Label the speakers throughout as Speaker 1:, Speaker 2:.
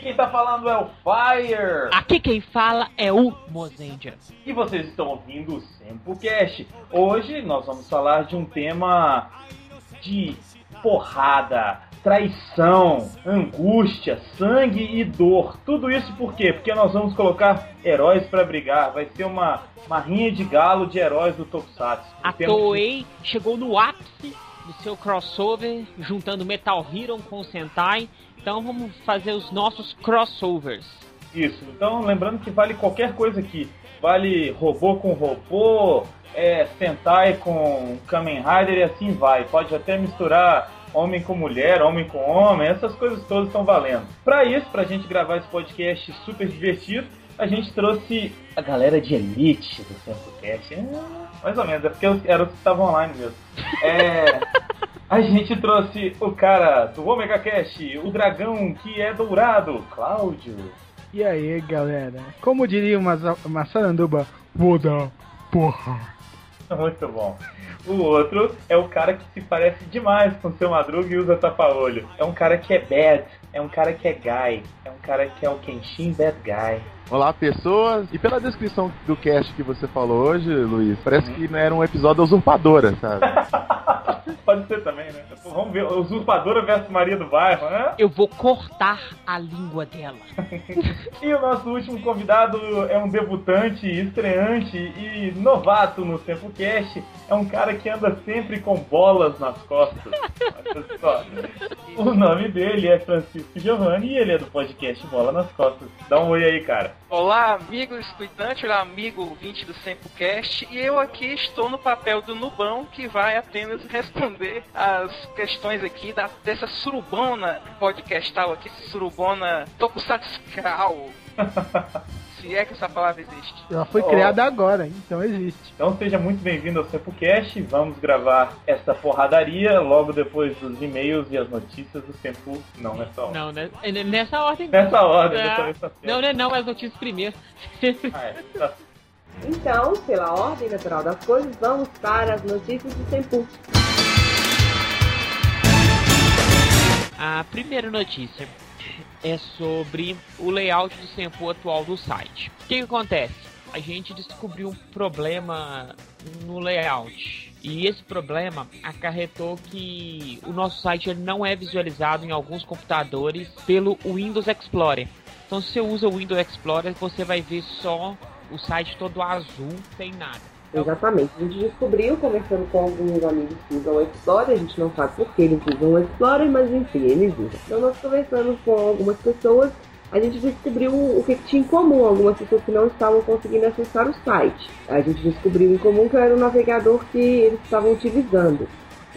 Speaker 1: quem tá falando é o Fire.
Speaker 2: Aqui quem fala é o Mozendia.
Speaker 1: E vocês estão ouvindo o SempoCast. Hoje nós vamos falar de um tema de porrada, traição, angústia, sangue e dor. Tudo isso por quê? Porque nós vamos colocar heróis para brigar. Vai ser uma, uma rinha de galo de heróis do Tokusatsu.
Speaker 2: A
Speaker 1: Temos-
Speaker 2: Toei chegou no ápice do seu crossover, juntando Metal Hero com o Sentai. Então vamos fazer os nossos crossovers.
Speaker 1: Isso. Então, lembrando que vale qualquer coisa aqui. Vale robô com robô, é, Sentai com Kamen Rider e assim vai. Pode até misturar homem com mulher, homem com homem, essas coisas todas estão valendo. Pra isso, pra gente gravar esse podcast super divertido, a gente trouxe a galera de elite do SempoCast. É, mais ou menos, é porque eu- eram os que estavam online mesmo. É, a gente trouxe o cara do Omega Cast, o dragão que é dourado, Cláudio.
Speaker 3: E aí, galera? Como diria uma, za- uma saranduba, vou dar porra.
Speaker 1: Muito bom. O outro é o cara que se parece demais com o seu Madruga e usa tapa-olho. É um cara que é bad, é um cara que é guy, é um cara que é o Kenshin bad guy.
Speaker 4: Olá, pessoas. E pela descrição do cast que você falou hoje, Luiz, parece que não era um episódio da usurpadora, sabe?
Speaker 1: Pode ser também, né? Vamos ver, usurpadora versus Maria do Bairro, né?
Speaker 2: Eu vou cortar a língua dela.
Speaker 1: E o nosso último convidado é um debutante, estreante e novato no tempo cast. É um cara que anda sempre com bolas nas costas. Olha só. O nome dele é Francisco Giovanni e ele é do podcast Bola nas Costas. Dá um oi aí, cara.
Speaker 5: Olá, amigo estudante, olá, amigo ouvinte do SempoCast, e eu aqui estou no papel do Nubão, que vai apenas responder as questões aqui da, dessa surubona podcastal aqui, surubona tokusatsucal, se é que essa palavra existe.
Speaker 3: Ela foi
Speaker 1: Oh.
Speaker 3: criada agora, então existe.
Speaker 1: Então seja muito bem-vindo ao SempoCast. Vamos gravar essa porradaria logo depois dos e-mails e as notícias do Sempo. Não, nessa hora.
Speaker 2: Não, né? É nessa ordem.
Speaker 1: Nessa ordem,
Speaker 2: É.
Speaker 1: dessa vez tá certo.
Speaker 2: Não, não, não, as notícias primeiro.
Speaker 1: Ah, é, tá-
Speaker 6: Então, pela ordem natural das coisas, vamos para as notícias do Senpu.
Speaker 2: A primeira notícia é sobre o layout do Senpu atual do site. O que, que acontece? A gente descobriu um problema no layout. E esse problema acarretou que o nosso site ele não é visualizado em alguns computadores pelo Windows Explorer. Então, se você usa o Windows Explorer, você vai ver só o site todo azul, sem nada.
Speaker 6: Exatamente. A gente descobriu, conversando com alguns amigos que usam o Explorer, a gente não sabe por que eles usam o Explorer, mas enfim, eles usam. Então nós conversando com algumas pessoas, a gente descobriu o que que tinha em comum, algumas pessoas que não estavam conseguindo acessar o site. A gente descobriu em comum que era o navegador que eles estavam utilizando.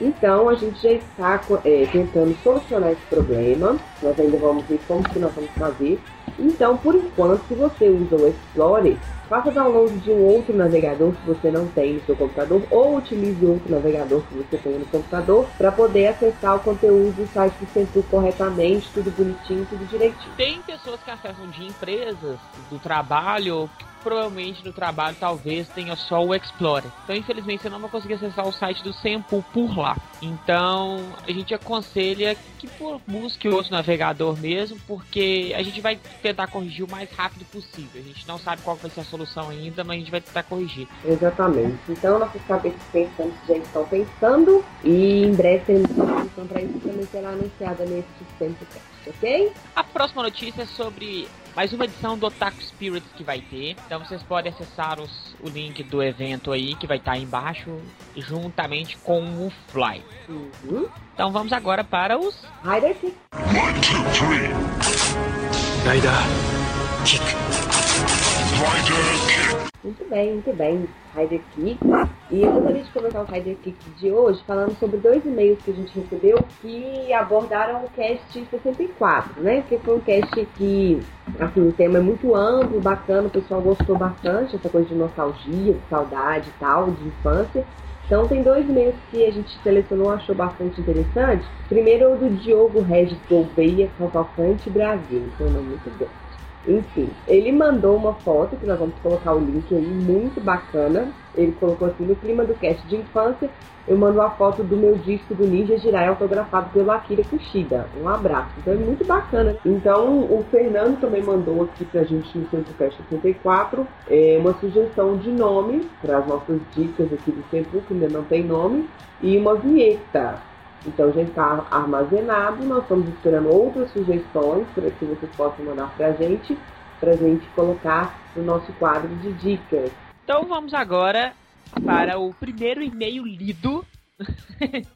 Speaker 6: Então a gente já está co- é, tentando solucionar esse problema. Nós ainda vamos ver como que nós vamos fazer. Então, por enquanto, se você usa o Explorer, Faça download de um outro navegador que você não tem no seu computador ou utilize outro navegador que você tem no computador para poder acessar o conteúdo do site do Centro corretamente, tudo bonitinho, tudo direitinho.
Speaker 2: Tem pessoas que acessam de empresas, do trabalho, que provavelmente no trabalho talvez tenha só o Explorer. Então, infelizmente, você não vai conseguir acessar o site do Sempo por lá. Então, a gente aconselha que pô, busque outro navegador mesmo, porque a gente vai tentar corrigir o mais rápido possível. A gente não sabe qual vai ser a solução ainda, mas a gente vai tentar corrigir.
Speaker 6: Exatamente. Então, nossos cabeças pensantes já estão pensando e em breve teremos uma solução para isso que também será anunciada neste SempoCast, ok?
Speaker 2: A próxima notícia é sobre mais uma edição do Otaku Spirits que vai ter. Então vocês podem acessar os- o link do evento aí, que vai estar aí embaixo, juntamente com o Fly.
Speaker 6: Uhum.
Speaker 2: Então vamos agora para os.
Speaker 6: Rider Kick. Muito bem, muito bem. Rider Kick. E eu gostaria de começar o Rider Kick de hoje falando sobre dois e-mails que a gente recebeu que abordaram o cast 64, né? Que foi um cast que, assim, o tema é muito amplo, bacana, o pessoal gostou bastante, essa coisa de nostalgia, de saudade e tal, de infância. Então tem dois e-mails que a gente selecionou e achou bastante interessante. Primeiro é o do Diogo Regis Gouveia Cavalcante Brasil, foi um é nome muito bom. Enfim, ele mandou uma foto, que nós vamos colocar o link aí, muito bacana. Ele colocou assim, no clima do cast de infância, eu mando a foto do meu disco do Ninja Jirai autografado pelo Akira Kushida. Um abraço. Então é muito bacana. Então o Fernando também mandou aqui pra gente no Centro Cast 64 é, uma sugestão de nome para as nossas dicas aqui do Centro, que ainda não tem nome, e uma vinheta. Então já está armazenado, nós estamos esperando outras sugestões para que vocês possam mandar para a gente, para a gente colocar no nosso quadro de dicas.
Speaker 2: Então vamos agora para o primeiro e-mail lido,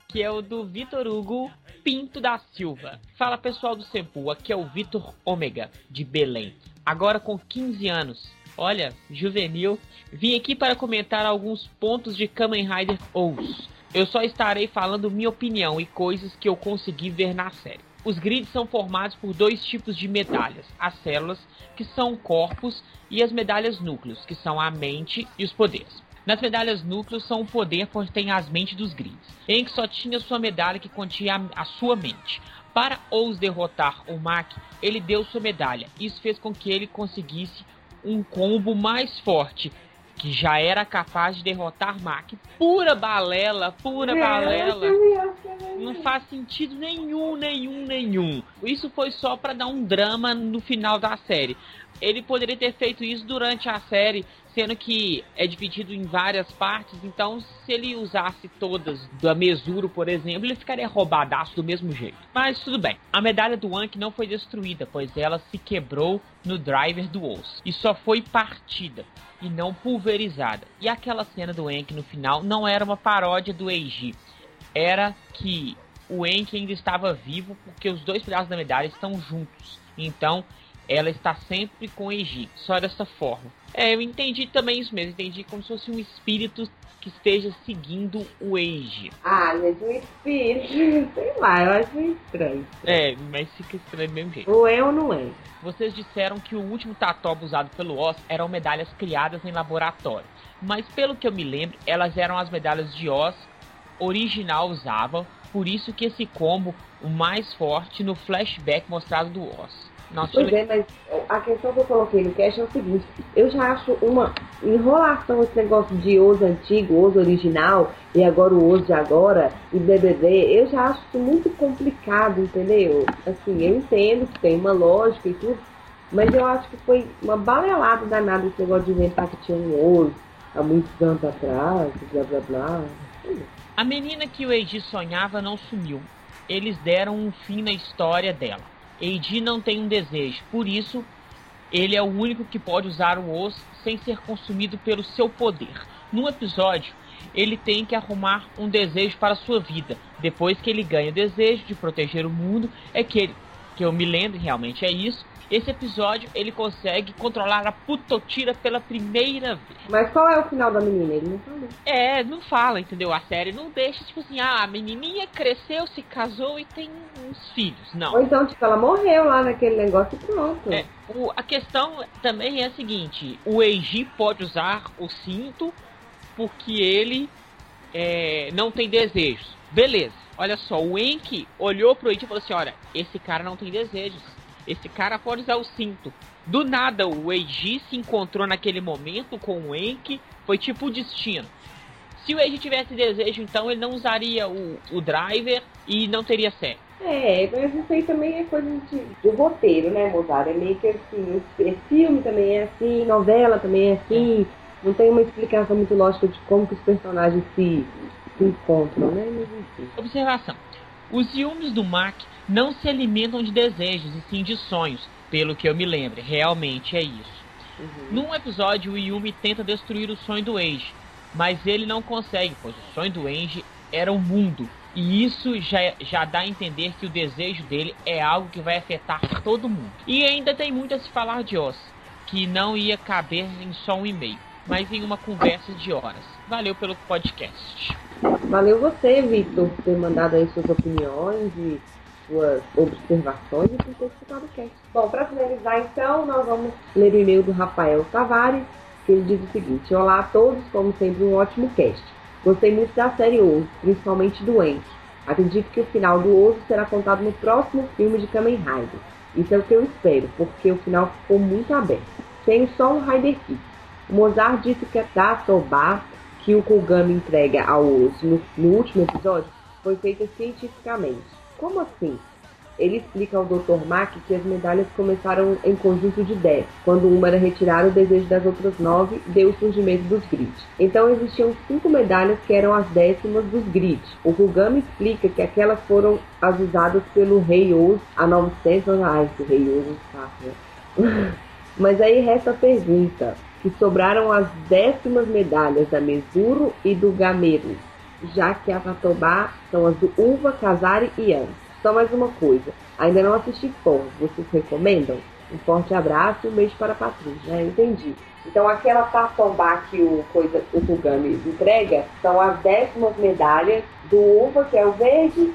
Speaker 2: que é o do Vitor Hugo Pinto da Silva. Fala pessoal do Sempu, aqui é o Vitor Ômega, de Belém, agora com 15 anos. Olha, juvenil. Vim aqui para comentar alguns pontos de Kamen Rider Ous. Eu só estarei falando minha opinião e coisas que eu consegui ver na série. Os grids são formados por dois tipos de medalhas: as células, que são corpos, e as medalhas núcleos, que são a mente e os poderes. Nas medalhas núcleos são o poder contém as mentes dos grids, em que só tinha sua medalha que continha a, a sua mente. Para Ous derrotar o Mac, ele deu sua medalha. Isso fez com que ele conseguisse um combo mais forte que já era capaz de derrotar Mac. Pura balela, pura balela. Não faz sentido nenhum, nenhum, nenhum. Isso foi só para dar um drama no final da série. Ele poderia ter feito isso durante a série, sendo que é dividido em várias partes, então se ele usasse todas da Mesuro, por exemplo, ele ficaria roubadaço do mesmo jeito. Mas tudo bem. A medalha do Anki não foi destruída, pois ela se quebrou no driver do Wolves e só foi partida e não pulverizada. E aquela cena do Enki no final não era uma paródia do Eiji, era que o Enki ainda estava vivo porque os dois pedaços da medalha estão juntos. Então ela está sempre com o Eiji, só dessa forma. É, eu entendi também isso mesmo, entendi como se fosse um espírito que esteja seguindo o Eiji.
Speaker 6: Ah, gente, um espírito, sei lá, eu acho meio estranho.
Speaker 2: É, mas fica estranho do mesmo jeito.
Speaker 6: Ou é ou não é.
Speaker 2: Vocês disseram que o último tatoba usado pelo Oz eram medalhas criadas em laboratório. Mas pelo que eu me lembro, elas eram as medalhas de Oz original usava, por isso que esse combo, o mais forte no flashback mostrado do Oz. Nossa,
Speaker 6: Pois é, mas a questão que eu coloquei no cast é o seguinte, eu já acho uma enrolação esse negócio de Oz antigo, Oz original, e agora o Oz de agora, e BBB, eu já acho isso muito complicado, entendeu? Assim, eu entendo que tem uma lógica e tudo, mas eu acho que foi uma balelada danada esse negócio de inventar que tinha um Oz há muitos anos atrás, blá blá blá.
Speaker 2: A menina que o Eiji sonhava não sumiu. Eles deram um fim na história dela. Eiji não tem um desejo, por isso ele é o único que pode usar o osso sem ser consumido pelo seu poder. Num episódio, ele tem que arrumar um desejo para sua vida. Depois que ele ganha o desejo de proteger o mundo, é que ele, que eu me lembro realmente é isso. Esse episódio ele consegue controlar a putotira pela primeira vez.
Speaker 6: Mas qual é o final da menina? Ele não falou.
Speaker 2: É, não fala, entendeu? A série não deixa, tipo assim, ah, a menininha cresceu, se casou e tem uns filhos. Não.
Speaker 6: Ou então, tipo, ela morreu lá naquele negócio e pronto.
Speaker 2: É, o- a questão também é a seguinte: o Eiji pode usar o cinto porque ele é, não tem desejos. Beleza, olha só, o Enki olhou pro Eiji e falou assim: olha, esse cara não tem desejos. Esse cara pode usar o cinto. Do nada, o Eiji se encontrou naquele momento com o Enki, foi tipo o destino. Se o Eiji tivesse desejo, então ele não usaria o, o driver e não teria série.
Speaker 6: É, mas isso aí também é coisa de, de roteiro, né, Mozart? É meio que assim, esse filme também é assim, novela também é assim. Não tem uma explicação muito lógica de como que os personagens se, se encontram, né? Mas enfim.
Speaker 2: Observação: os ciúmes do Mac não se alimentam de desejos e sim de sonhos, pelo que eu me lembro. Realmente é isso.
Speaker 6: Uhum.
Speaker 2: Num episódio, o Yumi tenta destruir o sonho do Age, mas ele não consegue, pois o sonho do Age era o mundo. E isso já, já dá a entender que o desejo dele é algo que vai afetar todo mundo. E ainda tem muito a se falar de Oz, que não ia caber em só um e-mail, mas em uma conversa de horas. Valeu pelo podcast.
Speaker 6: Valeu você, Victor, por ter mandado aí suas opiniões e suas observações e por ter escutado o cast. Bom, para finalizar então, nós vamos ler o e-mail do Rafael Tavares, que ele diz o seguinte: Olá a todos, como sempre, um ótimo cast. Gostei muito da série Ouro, principalmente do Enki. Acredito que o final do Ouro será contado no próximo filme de Kamen Rider. Isso é o que eu espero, porque o final ficou muito aberto. Tem só um Rider Kick. Mozart disse que é a data ou bar que o Kugami entrega ao Oz no, no último episódio foi feita cientificamente. Como assim? Ele explica ao Dr. Mack que as medalhas começaram em conjunto de 10, quando uma era retirar o desejo das outras 9, deu o surgimento dos Grid. Então existiam cinco medalhas que eram as décimas dos Grid. O Kugami explica que aquelas foram as usadas pelo Rei Oz a 900 reais, o Rei Oz está, né? Mas aí resta a pergunta, que sobraram as décimas medalhas da Mesuro e do Gameru, já que a Vatobá são as do Uva, Casari e Anne. Só mais uma coisa, ainda não assisti Pão, vocês recomendam? Um forte abraço e um beijo para a Patrícia, já entendi. Então aquela patombá que o, coisa, o Kugami entrega são as décimas medalhas do Uva, que é o verde,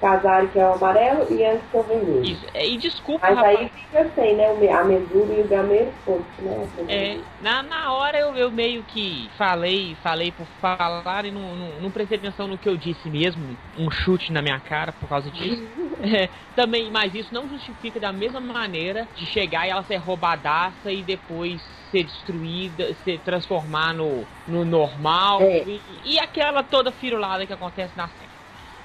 Speaker 6: Casari, que é o amarelo, e Anki, que é o vermelho.
Speaker 2: Isso. É, E desculpa,
Speaker 6: Mas
Speaker 2: rapaz.
Speaker 6: aí fica sem, né? o me- A mesura e o gameiro, pô, né?
Speaker 2: É, na, na hora eu, eu meio que falei, falei por falar e não, não, não prestei atenção no que eu disse mesmo, um chute na minha cara por causa disso. É, também, mas isso não justifica da mesma maneira de chegar e ela ser roubadaça e depois ser destruída, se transformar no, no normal.
Speaker 6: É.
Speaker 2: E, e aquela toda firulada que acontece na série.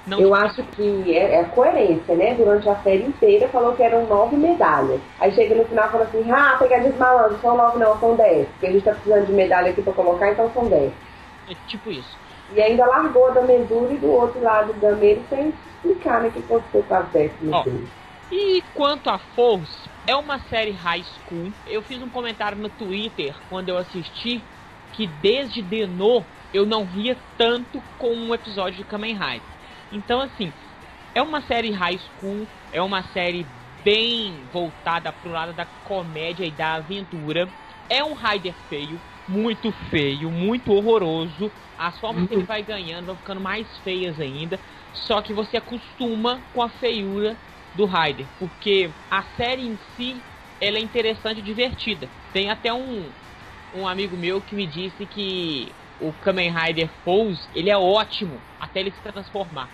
Speaker 2: Não
Speaker 6: Eu acho que é, é a coerência, né? Durante a série inteira falou que eram nove medalhas. Aí chega no final e fala assim, ah, pegadinha de malandro, são nove não, são dez. Porque a gente tá precisando de medalha aqui pra colocar, então são dez.
Speaker 2: é tipo isso.
Speaker 6: E ainda largou da medula e do outro lado do gameiro sem explicar, né, que aconteceu com as dez no
Speaker 2: Ó.
Speaker 6: filme.
Speaker 2: E quanto a Force, é uma série high school. Eu fiz um comentário no Twitter quando eu assisti que desde Denô eu não ria tanto com um episódio de Kamen Rider. Então, assim, é uma série high school, é uma série bem voltada pro lado da comédia e da aventura. É um Rider feio, muito feio, muito horroroso. As formas que ele vai ganhando vão ficando mais feias ainda. Só que você acostuma com a feiura do Raider, porque a série em si ela é interessante e divertida. Tem até um, um amigo meu que me disse que o Kamen Rider Foes ele é ótimo até ele se transformar.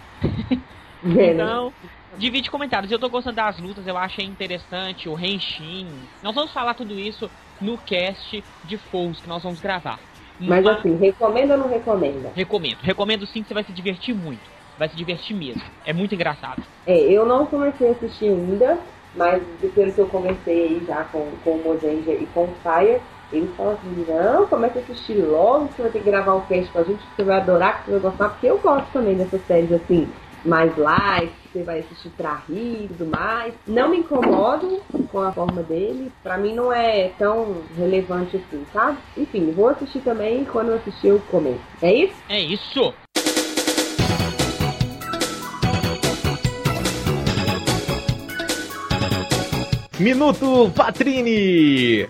Speaker 6: É, né?
Speaker 2: Então, divide comentários. Eu tô gostando das lutas, eu achei interessante, o Henshin. Nós vamos falar tudo isso no cast de Foes que nós vamos gravar.
Speaker 6: Mas assim, recomenda ou não recomenda?
Speaker 2: recomendo, recomendo sim que você vai se divertir muito. Vai se divertir mesmo. É muito engraçado.
Speaker 6: É, eu não comecei a assistir ainda, mas pelo que eu conversei aí já com, com o Mozenja e com o Fire, eles falam assim, não, começa a assistir logo, que você vai ter que gravar um cast com a gente, que você vai adorar, que você vai gostar, porque eu gosto também dessas séries assim, mais light, que você vai assistir pra rir e tudo mais. Não me incomodo com a forma dele, pra mim não é tão relevante assim, sabe? Enfim, vou assistir também, e quando eu assistir eu comento. É isso?
Speaker 2: É isso.
Speaker 7: Minuto Patrini!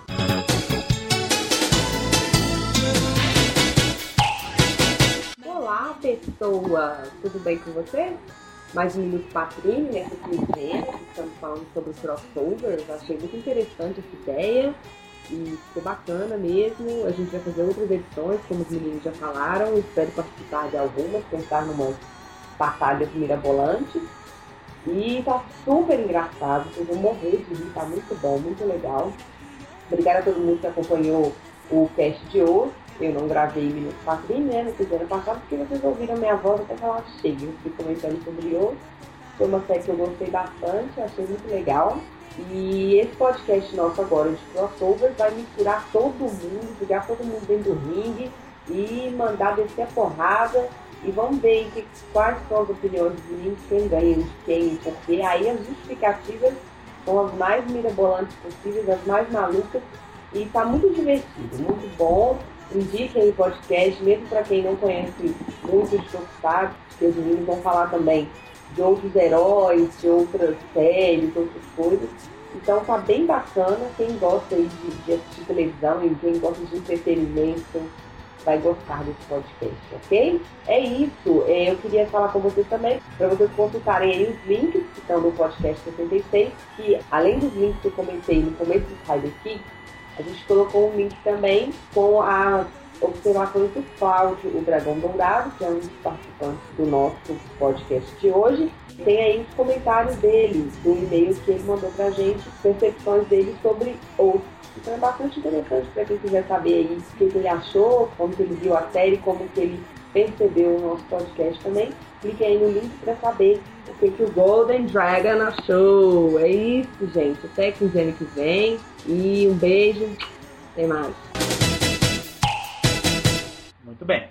Speaker 6: Olá, pessoa! Tudo bem com você? Mais um Minuto Patrício, nessa quinzena, que estamos falando sobre crossovers. Achei muito interessante essa ideia e ficou bacana mesmo. A gente vai fazer outras edições, como os meninos já falaram. Espero participar de algumas, pensar numas batalhas mirabolantes. E tá super engraçado, vocês vão morrer de rir, tá muito bom, muito legal. Obrigada a todo mundo que acompanhou o cast de hoje. Eu não gravei Minuto Patrim, né, no episódio passado, porque vocês ouviram a minha voz até que ela cheia. Eu fiquei comentando sobre hoje. Foi uma série que eu gostei bastante, achei muito legal. E esse podcast nosso agora de crossover vai misturar todo mundo, jogar todo mundo dentro do ringue e mandar descer a porrada. E vamos ver aí que, quais são as opiniões dos meninos, quem ganha, de quem, porque aí as justificativas são as mais mirabolantes possíveis, as mais malucas. E tá muito divertido, muito bom. Indiquem o podcast, mesmo para quem não conhece muito de Tokusatsu, porque os meninos vão falar também de outros heróis, de outras séries, outras coisas. Então tá bem bacana, quem gosta aí de, de assistir televisão e quem gosta de entretenimento vai gostar desse podcast, ok? É isso, É, eu queria falar com vocês também, para vocês consultarem aí os links que estão no podcast 76, que além dos links que eu comentei no começo do Rider Kids, a gente colocou um link também com a observações do Cláudio, o Dragão Dourado, que é um dos participantes do nosso podcast de hoje. Tem aí os comentários dele, do e-mail que ele mandou pra gente, percepções dele sobre Oath. Então é bastante interessante para quem quiser saber aí o que ele achou, como que ele viu a série, como que ele percebeu o nosso podcast também. Clique aí no link para saber o que, que o Golden Dragon achou. É isso, gente. Até quinzena que vem. E um beijo. Até mais.
Speaker 1: Muito bem.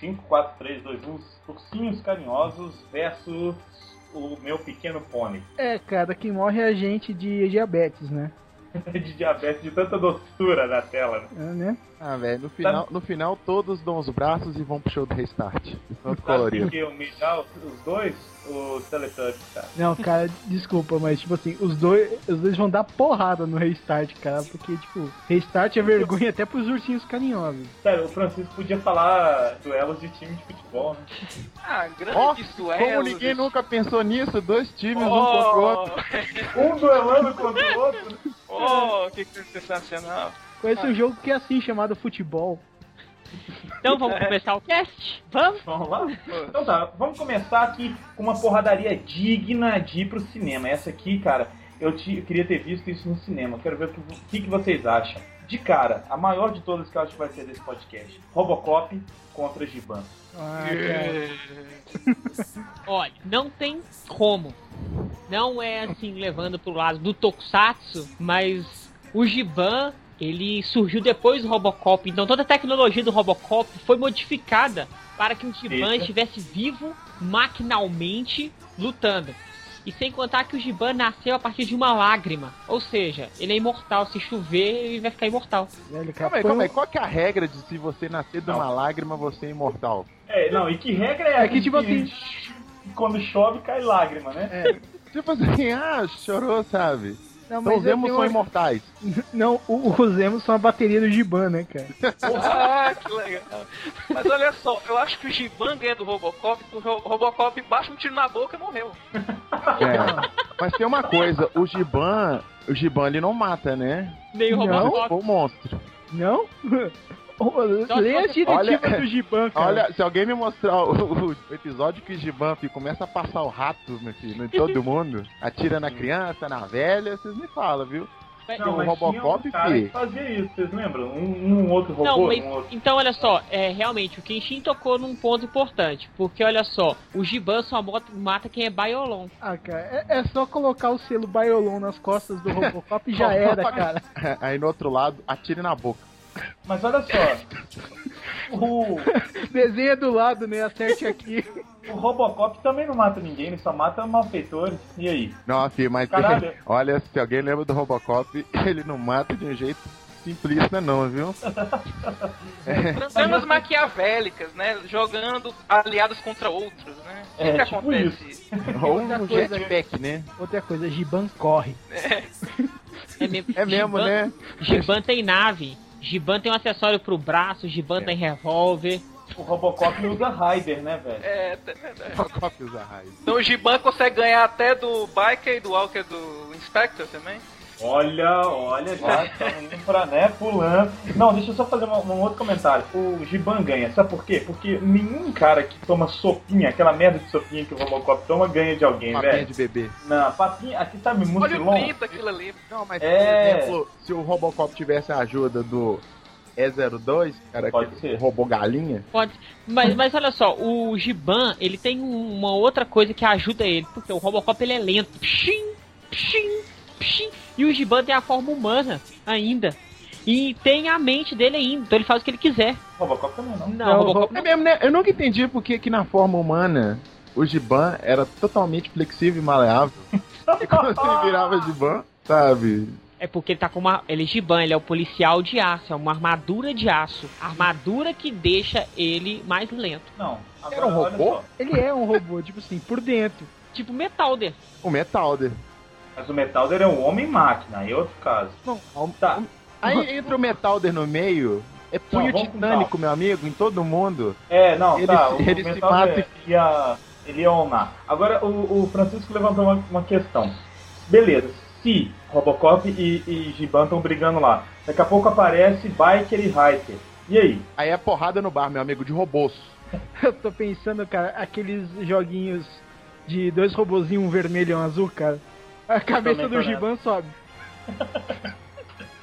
Speaker 1: 5, 4, 3, 2, 1. Ursinhos carinhosos versus o meu pequeno pônei.
Speaker 3: É, cara, quem morre é a gente de diabetes, né?
Speaker 1: De diabetes, de tanta doçura na tela. né?
Speaker 3: É, né?
Speaker 4: Ah, velho, no final, no final todos dão os braços e vão pro show do restart. De Tanto
Speaker 1: Sabe
Speaker 4: colorido.
Speaker 1: por que humilhar os- os dois? Os Teletubbies, cara.
Speaker 3: Não, cara, desculpa, mas tipo assim, os dois, os dois vão dar porrada no restart, cara, porque tipo, restart é vergonha até pros ursinhos carinhosos.
Speaker 1: Sério, o Francisco podia falar duelos de time de futebol, né?
Speaker 5: Ah, grande
Speaker 4: Ó,
Speaker 5: duelo.
Speaker 4: Como ninguém nunca pensou nisso, dois times, um contra o outro.
Speaker 5: Oh,
Speaker 1: Um duelando contra o outro.
Speaker 5: oh, que coisa sensacional.
Speaker 3: Conhece
Speaker 4: Ah.
Speaker 3: um jogo que é assim, chamado futebol.
Speaker 2: Então vamos começar o cast? Vamos?
Speaker 1: Vamos lá? Então tá, vamos começar aqui com uma porradaria digna de ir pro cinema. Essa aqui, cara, eu, te- eu queria ter visto isso no cinema. Eu Quero ver o que, o que que vocês acham. De cara, a maior de todas que eu acho que vai ser desse podcast: Robocop contra Giban.
Speaker 3: Ah,
Speaker 4: É.
Speaker 3: cara.
Speaker 2: Olha, não tem como. Não é assim, levando pro lado do Tokusatsu, mas o Giban, ele surgiu depois do Robocop. Então toda a tecnologia do Robocop foi modificada para que o Giban
Speaker 1: Eita.
Speaker 2: estivesse vivo, maquinalmente, lutando. E sem contar que o Giban nasceu a partir de uma lágrima. Ou seja, ele é imortal. Se chover, ele vai ficar imortal.
Speaker 3: Velho, cara,
Speaker 4: Calma aí,
Speaker 3: foi
Speaker 4: calma aí.
Speaker 3: um-
Speaker 4: Qual que é a regra de se você nascer de uma lágrima, você é imortal?
Speaker 1: É, não, e que regra é essa?
Speaker 3: É que, tipo assim-
Speaker 1: que Quando chove, cai lágrima, né?
Speaker 4: Tipo assim, ah, chorou, sabe?
Speaker 3: Não,
Speaker 4: Então
Speaker 3: mas é
Speaker 4: os
Speaker 3: eu
Speaker 4: emos
Speaker 3: tenho
Speaker 4: são
Speaker 3: uma-
Speaker 4: imortais.
Speaker 3: Não, o- os emos são a bateria do Giban, né, cara?
Speaker 5: Ah, que legal. Mas olha só, eu acho que o Giban ganha do Robocop, porque o Robocop baixa um tiro na boca e morreu.
Speaker 4: É. Mas tem uma coisa, o Giban, o Giban ele não mata, né?
Speaker 2: Meio
Speaker 3: Não.
Speaker 2: Robocop.
Speaker 4: Ou monstro.
Speaker 3: Não? Ô, Lê a diretiva
Speaker 4: Olha-
Speaker 3: do Giban, cara.
Speaker 4: Olha, se alguém me mostrar o, o episódio que o Giban filho, começa a passar o rato, meu filho, em todo mundo, atira na criança, na velha, vocês me falam, viu?
Speaker 3: É,
Speaker 2: né?
Speaker 1: Não,
Speaker 4: o
Speaker 1: mas
Speaker 4: Robocop,
Speaker 1: tinha um cara que
Speaker 4: fi.
Speaker 1: fazia isso, vocês lembram? Um, um outro robô,
Speaker 2: Não, mas
Speaker 1: um outro.
Speaker 2: então olha só, é realmente o Kenshin tocou num ponto importante, porque olha só, o Giban só mota- mata quem é Baiolon.
Speaker 3: Ah, cara, é, é só colocar o selo Baiolon nas costas do Robocop e já era, cara.
Speaker 4: Aí no outro lado, atire na boca.
Speaker 1: Mas olha só, o,
Speaker 3: Desenha do lado, né? Acerte aqui.
Speaker 1: O Robocop também não mata ninguém, ele só mata malfeitores. E aí?
Speaker 4: Não, filho, mas
Speaker 1: Caralho.
Speaker 4: olha, se alguém lembra do Robocop, ele não mata de um jeito simplista não, viu?
Speaker 5: Tramas maquiavélicas, né? Jogando aliados contra outros, né? O que,
Speaker 1: É,
Speaker 5: que
Speaker 1: tipo
Speaker 5: acontece?
Speaker 4: Ou
Speaker 3: Outra
Speaker 4: um
Speaker 3: coisa-
Speaker 4: jetpack, né?
Speaker 3: Outra coisa, Giban corre.
Speaker 2: É mesmo,
Speaker 4: É mesmo,
Speaker 2: Giban,
Speaker 4: né?
Speaker 2: Giban tem nave, Giban tem um acessório pro braço, Giban tem revólver.
Speaker 1: Tipo, O Robocop usa Raider, né, velho?
Speaker 5: É, tá- tá- tá.
Speaker 4: Robocop usa raio.
Speaker 5: então o Giban consegue ganhar até do Biker e do Walker do Inspector também.
Speaker 1: Olha, olha, já estamos indo pra, né, pulando. Não, deixa eu só fazer um, um outro comentário. O Giban ganha, sabe por quê? Porque nenhum cara que toma sopinha, aquela merda de sopinha que o Robocop toma, ganha de alguém,
Speaker 4: Papinha
Speaker 1: velho.
Speaker 4: de bebê.
Speaker 1: Não, papinha, aqui sabe,
Speaker 5: Olha o
Speaker 1: mucilon.
Speaker 5: grito aquilo ali.
Speaker 4: Não, mas
Speaker 1: É.
Speaker 4: por exemplo, se o Robocop tivesse a ajuda do E02, cara,
Speaker 1: Pode
Speaker 4: que
Speaker 1: ser.
Speaker 4: robô galinha,
Speaker 2: Pode,
Speaker 4: É.
Speaker 2: mas, mas olha só, o Giban, ele tem um- uma outra coisa que ajuda ele, porque o Robocop ele é lento. Pshim, pshim, pshim. E o Giban tem a forma humana ainda. E tem a mente dele ainda, então ele faz o que ele quiser.
Speaker 1: Robocop também não.
Speaker 2: Não,
Speaker 3: Não,
Speaker 2: o Robocop
Speaker 4: É mesmo, né? Eu nunca entendi porque que na forma humana o Giban era totalmente flexível e maleável. E quando você virava Giban, sabe?
Speaker 2: É porque ele tá com uma. Ele é Giban, ele é o policial de aço, é uma armadura de aço. Armadura que deixa ele mais lento.
Speaker 1: Não.
Speaker 4: Era um
Speaker 1: olha
Speaker 4: robô?
Speaker 1: só.
Speaker 3: Ele é um robô, tipo assim, por dentro.
Speaker 2: Tipo Metalder.
Speaker 4: O Metalder.
Speaker 1: Mas o Metalder é um homem-máquina, aí é outro caso.
Speaker 4: Não,
Speaker 1: Tá,
Speaker 4: Aí entra o Metalder no meio, é punho
Speaker 1: vamos com
Speaker 4: titânico, meu amigo, em todo mundo.
Speaker 1: É, não,
Speaker 4: Ele
Speaker 1: tá.
Speaker 4: se-
Speaker 1: o
Speaker 4: ele se
Speaker 1: Metal
Speaker 4: mata
Speaker 1: Gear ia, ele ia onar. Agora, o, o Francisco levantou uma, uma questão. Beleza, se Robocop e, e Giban estão brigando lá, daqui a pouco aparece Biker e Hiker. E aí?
Speaker 4: Aí é porrada no bar, meu amigo, de robôs.
Speaker 3: Eu tô pensando, cara, aqueles joguinhos de dois robozinhos, um vermelho e um azul, cara. A cabeça
Speaker 1: Também tô
Speaker 3: do
Speaker 1: nessa.
Speaker 3: Giban sobe.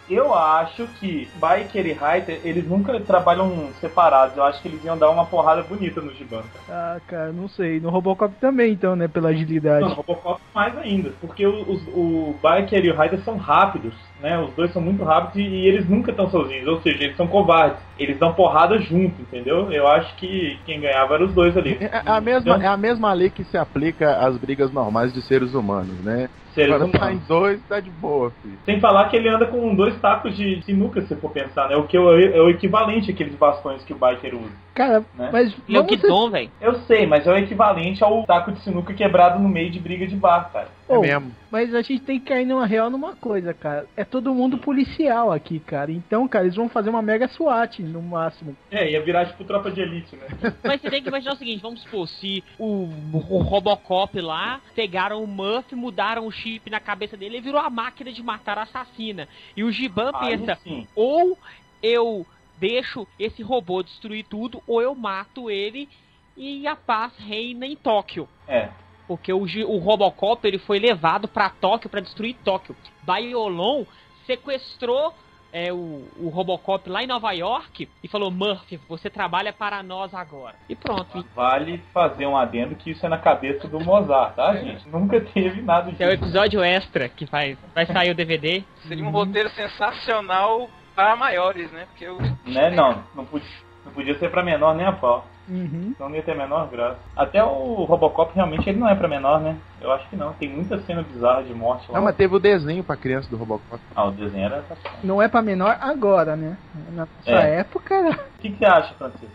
Speaker 1: Eu acho que Biker e Hyder, eles nunca trabalham separados. Eu acho que eles iam dar uma porrada bonita no Giban.
Speaker 3: Ah, cara, não sei. No Robocop também, então, né? Pela
Speaker 1: Não,
Speaker 3: agilidade.
Speaker 1: Robocop mais ainda, porque o, os- o Biker e o Ryder são rápidos, né? Os dois são muito rápidos e, e eles nunca estão sozinhos, ou seja, eles são covardes. Eles dão porrada junto, entendeu? Eu acho que quem ganhava era os dois ali.
Speaker 4: É é a mesma,
Speaker 1: Então,
Speaker 4: é a mesma lei que se aplica às brigas normais de seres humanos, né?
Speaker 1: seres
Speaker 4: Quando tá em
Speaker 1: humanos.
Speaker 4: dois, tá de boa, filho.
Speaker 1: Sem falar que ele anda com dois tacos de sinuca, se for pensar, né? O que é o, é o equivalente àqueles bastões que o Biker usa.
Speaker 3: Cara,
Speaker 1: Né?
Speaker 3: mas.
Speaker 2: E é o
Speaker 3: vamos ser-
Speaker 2: Guidon, velho.
Speaker 1: Eu sei, mas é o equivalente ao taco de sinuca quebrado no meio de briga de bar, cara.
Speaker 4: é
Speaker 3: Oh,
Speaker 4: mesmo.
Speaker 3: Mas a gente tem que cair numa real numa coisa, cara. É todo mundo policial aqui, cara. Então, cara, eles vão fazer uma mega SWAT no máximo.
Speaker 1: É, ia virar tipo tropa de elite, né?
Speaker 2: Mas você tem que imaginar o seguinte, vamos supor, se o, o Robocop lá pegaram o Muff, mudaram o chip na cabeça dele e virou a máquina de matar a assassina. E o Giban pensa,
Speaker 1: Aí sim.
Speaker 2: ou eu deixo esse robô destruir tudo, ou eu mato ele e a paz reina em Tóquio.
Speaker 1: É.
Speaker 2: Porque o, Gi- o Robocop ele foi levado pra Tóquio pra destruir Tóquio. Baiolon sequestrou é, o, o Robocop lá em Nova York e falou: Murphy, você trabalha para nós agora. E pronto.
Speaker 1: Vale fazer um adendo que isso é na cabeça do Mozart, tá, gente? Nunca teve nada
Speaker 2: É o
Speaker 1: disso.
Speaker 2: episódio extra que vai, vai sair o DVD.
Speaker 5: Seria um roteiro sensacional para maiores, né? Porque eu...
Speaker 1: Né? Não, não podia, não podia ser pra menor nem a pau.
Speaker 3: Uhum.
Speaker 1: Senão não ia ter a menor graça. Até o Robocop realmente ele não é pra menor, né? Eu acho que não. Tem muita cena bizarra de morte lá.
Speaker 4: Não, mas teve o desenho pra criança do Robocop.
Speaker 1: Ah, o desenho era. O
Speaker 3: Não é pra menor agora, né? Na nossa
Speaker 1: É.
Speaker 3: época né? era.
Speaker 1: que, que você acha, Francisco?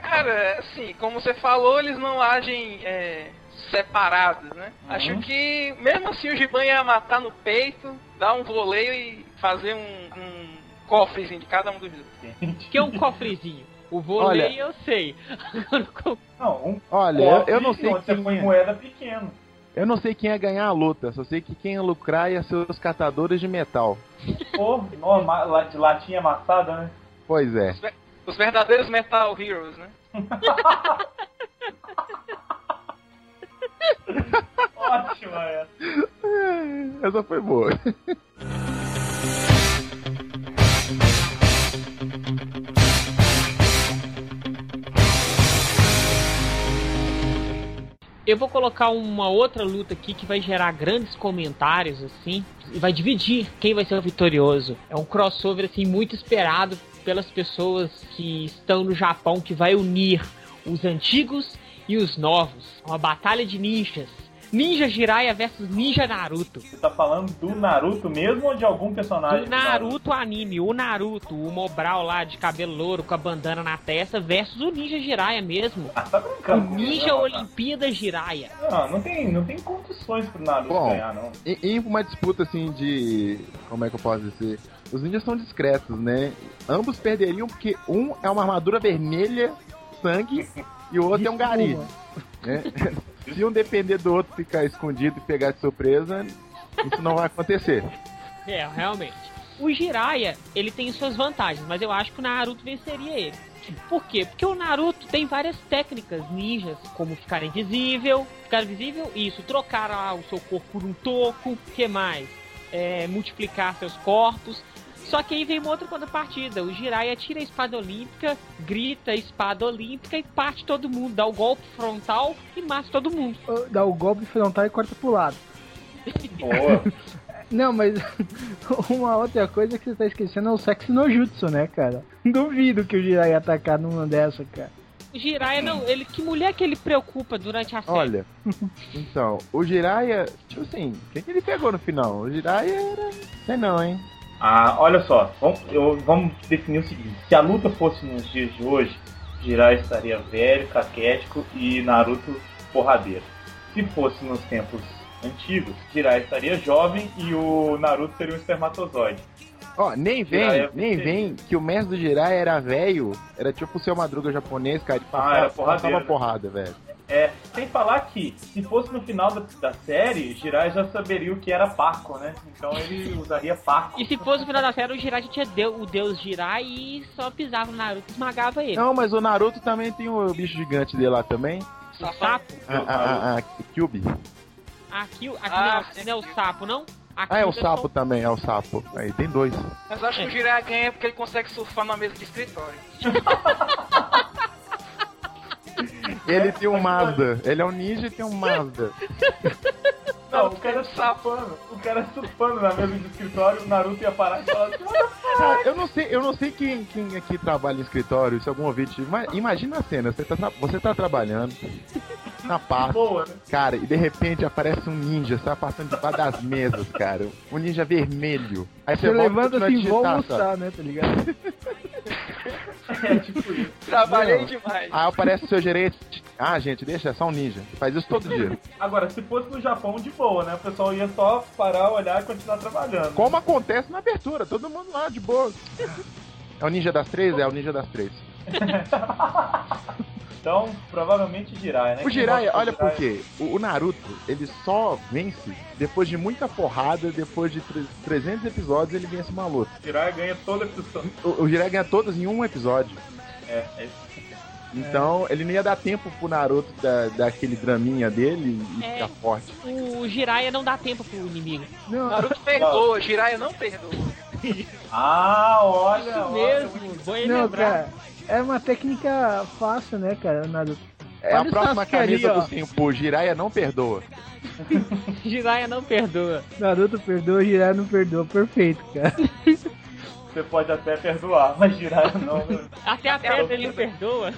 Speaker 5: Cara, assim, como você falou, eles não agem é, separados, né?
Speaker 1: Uhum.
Speaker 5: Acho que mesmo assim o Giban ia matar no peito, dar um voleio e fazer um, um cofrezinho de cada um dos dois.
Speaker 2: Que é um cofrezinho. O vôlei
Speaker 4: Olha.
Speaker 2: eu sei.
Speaker 1: Não, um
Speaker 4: Olha, eu- eu, não sei
Speaker 1: onde você
Speaker 4: quem,
Speaker 1: põe moeda pequeno.
Speaker 4: eu não sei quem ia ganhar a luta, só sei que quem ia lucrar ia ser os catadores de metal.
Speaker 1: Pô, normal, lá- de latinha amassada, né?
Speaker 4: Pois é.
Speaker 5: Os verdadeiros Metal Heroes, né?
Speaker 1: Ótima essa.
Speaker 4: Essa foi boa.
Speaker 2: Eu vou colocar uma outra luta aqui que vai gerar grandes comentários, assim, e vai dividir quem vai ser o vitorioso. É um crossover, assim, muito esperado pelas pessoas que estão no Japão, que vai unir os antigos e os novos. Uma batalha de ninjas. Ninja Jiraiya versus Ninja Naruto.
Speaker 1: Você tá falando do Naruto mesmo ou de algum personagem?
Speaker 2: Do Naruto anime, o Naruto, o Mobral lá de cabelo louro com a bandana na testa versus o Ninja Jiraiya mesmo.
Speaker 1: Ah, tá
Speaker 2: O
Speaker 1: brincando. comigo, né,
Speaker 2: Ninja
Speaker 1: rapaz?
Speaker 2: Olimpíada Jiraiya.
Speaker 1: Ah, Não, não tem, não tem condições pro Naruto
Speaker 4: Bom.
Speaker 1: ganhar, não.
Speaker 4: E, e uma disputa assim de. Como é que eu posso dizer? Os ninjas são discretos, né? Ambos perderiam porque um é uma armadura vermelha, sangue, e o outro é um gari.
Speaker 3: Desculpa.
Speaker 4: né? Se um depender do outro ficar escondido e pegar de surpresa, isso não vai acontecer.
Speaker 2: É, realmente. O Jiraiya, ele tem suas vantagens, mas eu acho que o Naruto venceria ele. Por quê? Porque o Naruto tem várias técnicas ninjas, como ficar invisível, ficar invisível, isso, trocar ah, o seu corpo por um toco, que mais? É, multiplicar seus corpos. Só que aí vem uma outra contrapartida. O Jiraiya tira a espada olímpica, grita espada olímpica e parte todo mundo, dá o golpe frontal e mata todo mundo.
Speaker 3: Dá o golpe frontal e corta pro lado.
Speaker 1: Boa.
Speaker 3: Não, mas uma outra coisa que você tá esquecendo é o sexo no jutsu, né, cara? Duvido que o Jiraiya ia atacar numa dessa, cara.
Speaker 2: O Jiraiya não, ele que mulher que ele preocupa durante a série?
Speaker 4: Olha, então, o Jiraiya, tipo assim, o que, que ele pegou no final? O Jiraiya era. Sei não, hein?
Speaker 1: ah, olha só, vamos, eu- vamos definir o seguinte: se a luta fosse nos dias de hoje, Jiraiya estaria velho, caquético e Naruto porradeiro. Se fosse nos tempos antigos, Jiraiya estaria jovem e o Naruto seria um espermatozoide.
Speaker 4: Ó, nem vem,
Speaker 1: Jiraiya
Speaker 4: nem
Speaker 1: seria.
Speaker 4: vem que o mestre do Jiraiya era velho, era tipo o seu madruga japonês, cara, de passar,
Speaker 1: era porradeiro,
Speaker 4: passava
Speaker 1: né?
Speaker 4: porrada, velho.
Speaker 1: É, sem falar que, se fosse no final da, da série, Jirai já saberia o que era Paco, né? Então ele usaria Paco.
Speaker 2: E se fosse o final da série, o Jirai já tinha deu, o deus Jirai e só pisava no Naruto e esmagava ele.
Speaker 4: Não, mas o Naruto também tem o bicho gigante dele lá também.
Speaker 2: O sapo?
Speaker 4: Ah, ah, ah, ah, Kyubi.
Speaker 2: Aqui, aqui
Speaker 5: Ah,
Speaker 2: não, é o- não é o sapo, não? Aqui então
Speaker 4: Ah, é o
Speaker 2: pessoal-
Speaker 4: sapo também, é o sapo. Aí tem dois.
Speaker 5: Mas eu acho que o Jiraiya ganha porque ele consegue surfar na mesa de escritório.
Speaker 4: Ele tem um Mazda. Ele é um ninja e tem um Mazda.
Speaker 1: Não, o cara surfando, o cara surfando na mesa de escritório, o Naruto ia parar e falar assim, "Olha,
Speaker 4: Cara, eu não sei, eu não sei quem, quem aqui trabalha em escritório, se algum ouvinte. Mas imagina a cena, você tá, tra- você tá trabalhando na
Speaker 1: que
Speaker 4: pasta,
Speaker 1: boa, né?
Speaker 4: cara, e de repente aparece um ninja, sai passando debaixo das mesas, cara. Um ninja vermelho. Aí
Speaker 3: Você
Speaker 4: volta e
Speaker 3: levanta
Speaker 4: continua a
Speaker 3: assim, vou
Speaker 4: digitar, sabe?
Speaker 3: almoçar, né, tá ligado?
Speaker 1: É, tipo isso.
Speaker 5: Trabalhei
Speaker 4: Não.
Speaker 5: demais.
Speaker 4: Aí aparece o seu gerente. Ah, gente, deixa, é só um ninja. Faz isso todo dia.
Speaker 1: Agora, se fosse no Japão, de boa, né? O pessoal ia só parar, olhar e continuar trabalhando.
Speaker 4: Como acontece na abertura, todo mundo lá de boa. É o ninja das três? É o ninja das três.
Speaker 1: Então, provavelmente Jiraiya, né?
Speaker 4: O Jiraiya, olha por
Speaker 1: quê.
Speaker 4: quê. O, o Naruto, ele só vence depois de muita porrada, depois de tre- 300 episódios, ele vence uma luta.
Speaker 1: Jiraiya ganha toda a discussão.
Speaker 4: O, o Jiraiya ganha todas em um episódio.
Speaker 1: É, é isso.
Speaker 4: Então, ele não ia dar tempo pro Naruto da, daquele draminha dele e
Speaker 2: É.
Speaker 4: ficar forte.
Speaker 2: O Jiraiya não dá tempo pro inimigo.
Speaker 4: Não,
Speaker 5: Naruto perdoa, Jiraiya não perdoa.
Speaker 1: Ah, olha,
Speaker 2: Isso
Speaker 1: olha,
Speaker 2: mesmo, vou
Speaker 3: Não,
Speaker 2: lembrar.
Speaker 3: cara, é uma técnica fácil, né, cara, o Naruto.
Speaker 4: é a
Speaker 3: Olha o
Speaker 4: próxima
Speaker 3: Sasuke ali,
Speaker 4: camisa
Speaker 3: ó.
Speaker 4: do Senpu. Jiraiya não perdoa.
Speaker 2: Jiraiya não perdoa.
Speaker 3: Naruto perdoa, Jiraiya não perdoa, perfeito, cara.
Speaker 1: Você pode até perdoar, mas Jiraiya não. né?
Speaker 2: Até a
Speaker 5: Até a
Speaker 2: pedra ele
Speaker 5: pedra.
Speaker 2: perdoa.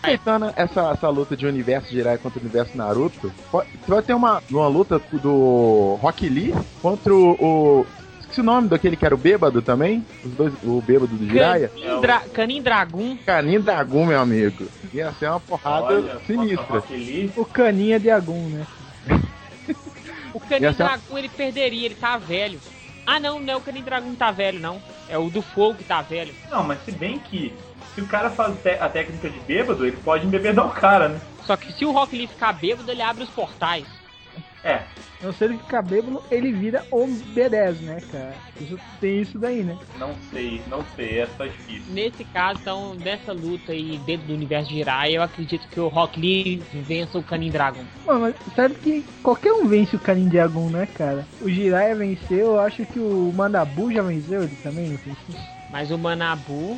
Speaker 4: Aproveitando essa, essa luta de universo Jiraiya contra o universo Naruto, po- você vai ter uma, uma luta do Rock Lee contra o, o- Esqueci o nome daquele que era o bêbado também. Os dois, o bêbado do Jiraiya.
Speaker 2: Canin, Dra Canin Dragun.
Speaker 4: Canin Dragão, meu amigo. Ia ser uma porrada
Speaker 1: Olha,
Speaker 4: Ah, sinistra.
Speaker 1: Rock Lee.
Speaker 3: O caninha de Agum, né?
Speaker 2: O Canin
Speaker 4: Essa- é
Speaker 2: Dragun ele perderia, ele tá velho. Ah não, não é o Canin Dragun que tá velho, não. É o do fogo que tá velho.
Speaker 1: Não, mas se bem que se o cara faz te- a técnica de bêbado, ele pode embebedar o cara, né?
Speaker 2: Só que se o Rock Lee ficar bêbado, ele abre os portais.
Speaker 1: É,
Speaker 3: Não sendo que ficar bêbado, ele vira o Berez, né, cara? Isso- Tem isso daí, né?
Speaker 1: não sei, não sei, essa é difícil.
Speaker 2: Nesse caso, então, nessa luta aí dentro do universo de Jiraiya, eu acredito que o Rock Lee vença o Canin Dragon.
Speaker 3: Mano, mas sabe que qualquer um vence o Canin de Agum, né, cara? O Jiraiya venceu, eu acho que o Manabu já venceu ele também, não venceu?
Speaker 2: Mas o Manabu,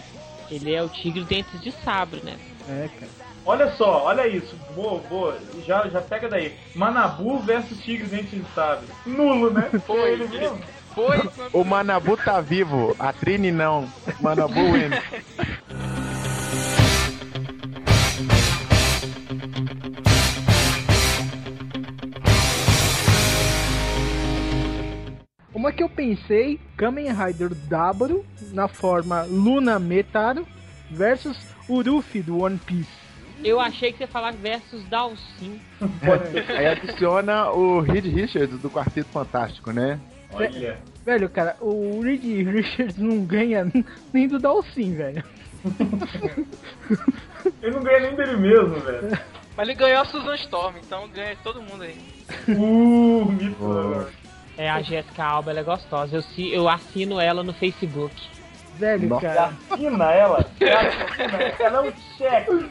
Speaker 2: ele é o tigre dentes de sabre, né?
Speaker 3: É, cara.
Speaker 1: Olha só, olha isso. Boa, boa. Já, já pega daí. Manabu versus Tigres, a gente sabe. Nulo, né?
Speaker 5: Foi.
Speaker 1: ele mesmo.
Speaker 5: Foi quando
Speaker 4: O Manabu tá vivo, a Trini não. Manabu win.
Speaker 3: Uma que eu pensei, Kamen Rider Dabaro, na forma Luna Metaro, versus Urufi do One Piece.
Speaker 2: Eu achei que você ia falar versus Dalsin.
Speaker 4: É. Aí adiciona o Reed Richards do Quarteto Fantástico, né?
Speaker 1: Olha.
Speaker 3: Velho, cara, o Reed Richards não ganha nem do Dalsin, velho.
Speaker 1: Ele não ganha nem dele mesmo, velho.
Speaker 5: Mas ele ganhou a Susan Storm, então ganha todo mundo aí.
Speaker 1: Uh, mito.
Speaker 4: Oh.
Speaker 2: É, a Jéssica Alba, ela é gostosa. Eu, se- eu assino ela no Facebook.
Speaker 3: Velho,
Speaker 4: Nossa.
Speaker 3: cara.
Speaker 1: Assina ela. Assina. Ela é um cheque.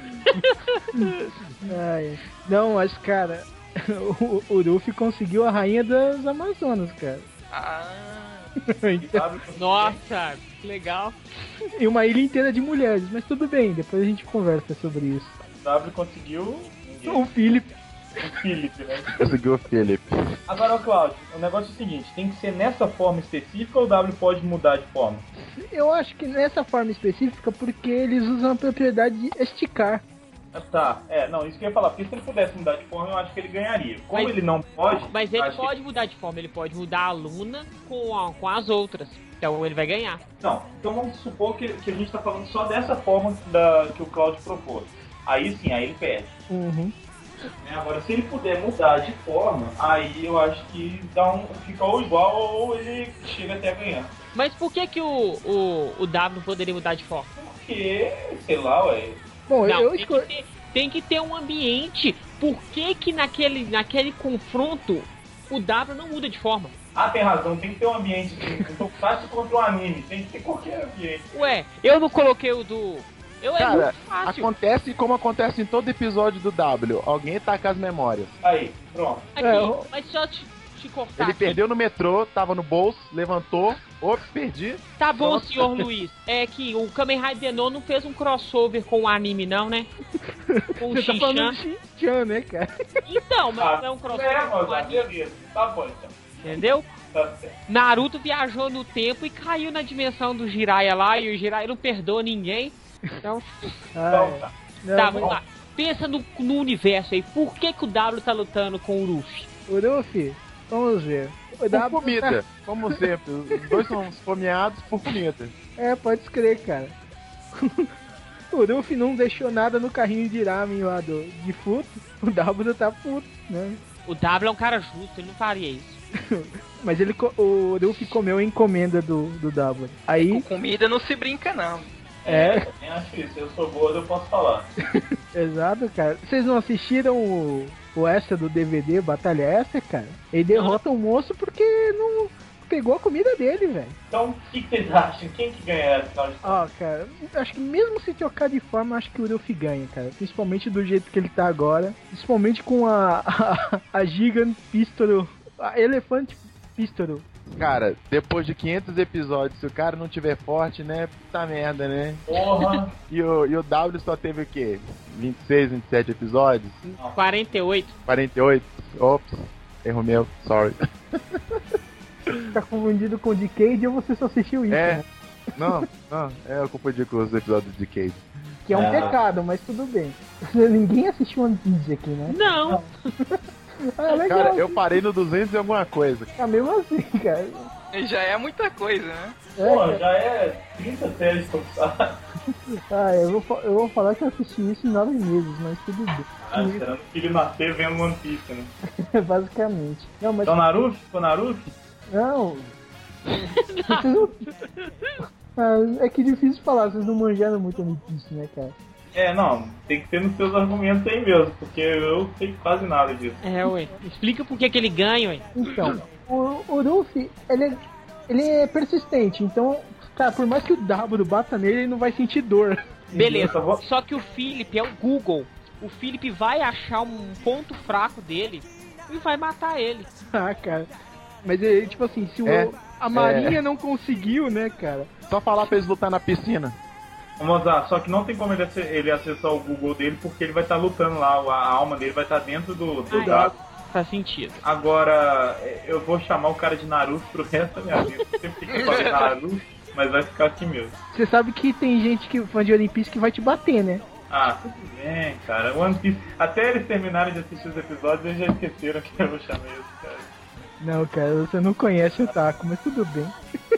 Speaker 3: Ai, não, mas, cara, o Urufi conseguiu a rainha das Amazonas, cara.
Speaker 5: Ah,
Speaker 3: Então,
Speaker 1: sabe?
Speaker 2: Nossa, que legal.
Speaker 3: e uma ilha inteira de mulheres, mas tudo bem, depois a gente conversa sobre isso.
Speaker 1: W conseguiu. Ninguém.
Speaker 3: O Philip,
Speaker 1: O Felipe, né?
Speaker 4: Conseguiu o Philip.
Speaker 1: Agora, ô Claudio, o negócio é o seguinte: tem que ser nessa forma específica ou o W pode mudar de forma?
Speaker 3: eu acho que nessa forma específica, porque eles usam a propriedade de esticar.
Speaker 1: Ah, Tá, é, não, isso que eu ia falar, porque se ele pudesse mudar de forma, eu acho que ele ganharia. Como
Speaker 2: Mas-
Speaker 1: ele não pode.
Speaker 2: Mas ele
Speaker 1: acho que-
Speaker 2: pode mudar de forma, ele pode mudar a Luna com, a- com as outras. Então ele vai ganhar.
Speaker 1: Não, então vamos supor que, que a gente tá falando só dessa forma da, que o Claudio propôs. Aí sim, aí ele perde.
Speaker 3: Uhum.
Speaker 1: né? Agora, se ele puder mudar de forma, aí eu acho que dá um, fica ou igual ou ele chega até a ganhar.
Speaker 2: Mas por que que o, o, o W poderia mudar de forma?
Speaker 1: Porque, sei lá, ué.
Speaker 3: Bom,
Speaker 2: Não, tipo
Speaker 3: eu
Speaker 2: tem que
Speaker 3: escolhi.
Speaker 2: ter- Tem que ter um ambiente. Por que que naquele, naquele confronto o W não muda de forma?
Speaker 1: Ah, tem razão, tem que ter um ambiente de um tokusatsu contra um anime, tem que ter qualquer ambiente.
Speaker 2: Ué, eu não coloquei o do... Eu é
Speaker 4: Cara,
Speaker 2: muito fácil.
Speaker 4: Acontece como acontece em todo episódio do W. Alguém tá com as memórias.
Speaker 1: Aí, pronto.
Speaker 2: Aqui,
Speaker 4: É, eu-
Speaker 2: mas só te, te cortar.
Speaker 4: Ele
Speaker 2: aqui.
Speaker 4: perdeu no metrô, tava no bolso, levantou. Ops, perdi.
Speaker 2: Tá bom,
Speaker 4: Nossa.
Speaker 2: senhor Luiz. É que o Kamen Rider No não fez um crossover com o anime, não, né? Com o
Speaker 3: Você tá
Speaker 2: Shin
Speaker 3: falando
Speaker 2: Chan.
Speaker 3: de Shin-Chan, né, cara?
Speaker 2: Então, mas
Speaker 1: Ah,
Speaker 2: não é um crossover
Speaker 1: É,
Speaker 2: com o
Speaker 1: mas ah,
Speaker 2: anime,
Speaker 1: beleza. Tá bom então.
Speaker 2: entendeu?
Speaker 1: Tá certo.
Speaker 2: Naruto viajou no tempo e caiu na dimensão do Jiraiya lá, e o Jiraiya não perdoa ninguém. Então,
Speaker 1: Então
Speaker 3: Ah,
Speaker 1: tá.
Speaker 3: é. Não,
Speaker 2: tá, vamos lá. Pensa no, no universo aí. Por que, que o W tá lutando com o Luffy?
Speaker 3: Uruf, vamos ver. O
Speaker 4: Por
Speaker 3: W
Speaker 4: comida. né? Como sempre. Os dois são esfomeados por comida.
Speaker 3: É, pode crer, cara. o Ruff não deixou nada no carrinho de ramen lá do, de puto. O W tá puto, né?
Speaker 2: O W é um cara justo, ele não faria isso.
Speaker 3: Mas ele, co- o Ruff comeu a encomenda do, do W.
Speaker 5: Com
Speaker 3: Aí,
Speaker 5: comida não se brinca, não.
Speaker 3: É.
Speaker 1: Eu nem acho isso. Eu sou gordo, eu posso falar.
Speaker 3: exato, cara. Vocês não assistiram o, o extra do DVD, Batalha Extra, cara? Ele derrota o moço porque não pegou a comida dele, velho.
Speaker 1: Então, o que que vocês acham? Quem que ganha essa final de
Speaker 3: Ó, cara, acho que mesmo se trocar de forma, acho que o Ruff ganha, cara. Principalmente do jeito que ele tá agora. Principalmente com a, a, a Gigant Pistol, a Elefante Pistol.
Speaker 4: Cara, depois de 500 episódios, se o cara não tiver forte, né? Puta merda, né?
Speaker 1: porra?
Speaker 4: E o, e o W só teve o quê? 26, 27 episódios?
Speaker 2: 48.
Speaker 4: 48? Ops, erro meu, sorry.
Speaker 3: Tá confundido com o Decade ou você só assistiu isso?
Speaker 4: É,
Speaker 3: né?
Speaker 4: não, não, é, eu confundi com os episódios de Cage.
Speaker 3: Que é um
Speaker 1: Ah.
Speaker 3: pecado, mas tudo bem. Ninguém assistiu One Piece aqui, né?
Speaker 2: Não,
Speaker 3: Ah, legal.
Speaker 4: Cara, eu parei no 200 e alguma coisa.
Speaker 3: É mesmo assim, cara.
Speaker 5: Já é muita coisa, né?
Speaker 3: É,
Speaker 1: Pô,
Speaker 3: cara.
Speaker 1: já é 30 séries de tokusatsu.
Speaker 3: Ah, eu vou, fa- eu vou falar que eu assisti isso em nove meses, mas tudo bem.
Speaker 1: Ah, esperando o filho nascer vendo One Piece, né?
Speaker 3: Basicamente. Não, mas.
Speaker 1: Então, Naruto? Ficou Naruto?
Speaker 3: Não. Vocês não- Ah, é que difícil falar, vocês não manjaram muito One Piece, né, cara?
Speaker 1: É, não, tem que ser nos seus argumentos aí mesmo, porque eu sei quase nada disso.
Speaker 2: é, ué. Explica por que, que ele ganha, ué.
Speaker 3: Então, o, o Luffy, ele é, ele é persistente, então, cara, por mais que o W bata nele, ele não vai sentir dor.
Speaker 2: Beleza.
Speaker 1: Eu vou-
Speaker 2: Só que o Philip é o Google. O Philip vai achar um ponto fraco dele e vai matar ele.
Speaker 3: Ah, cara. Mas ele, tipo assim, se o-
Speaker 4: É,
Speaker 3: a Marinha não conseguiu, né, cara?
Speaker 4: Só falar pra eles lutar na piscina.
Speaker 1: Vamos lá, só que não tem como ele, ace- ele acessar o Google dele, porque ele vai estar lutando lá, a a alma dele vai estar dentro do, do
Speaker 2: Ah,
Speaker 1: dado.
Speaker 2: Faz sentido.
Speaker 1: Agora, é, eu vou chamar o cara de Naruto pro resto da minha vida. Eu Sempre que falar Naruto, mas vai ficar assim mesmo.
Speaker 3: Você sabe que tem gente que fã de One Piece que vai te bater, né?
Speaker 1: Ah, tudo bem, cara. One Piece. Até eles terminarem de assistir os episódios, eles já esqueceram que eu chamei esse cara.
Speaker 3: Não, cara, você não conhece o Taco, mas tudo bem.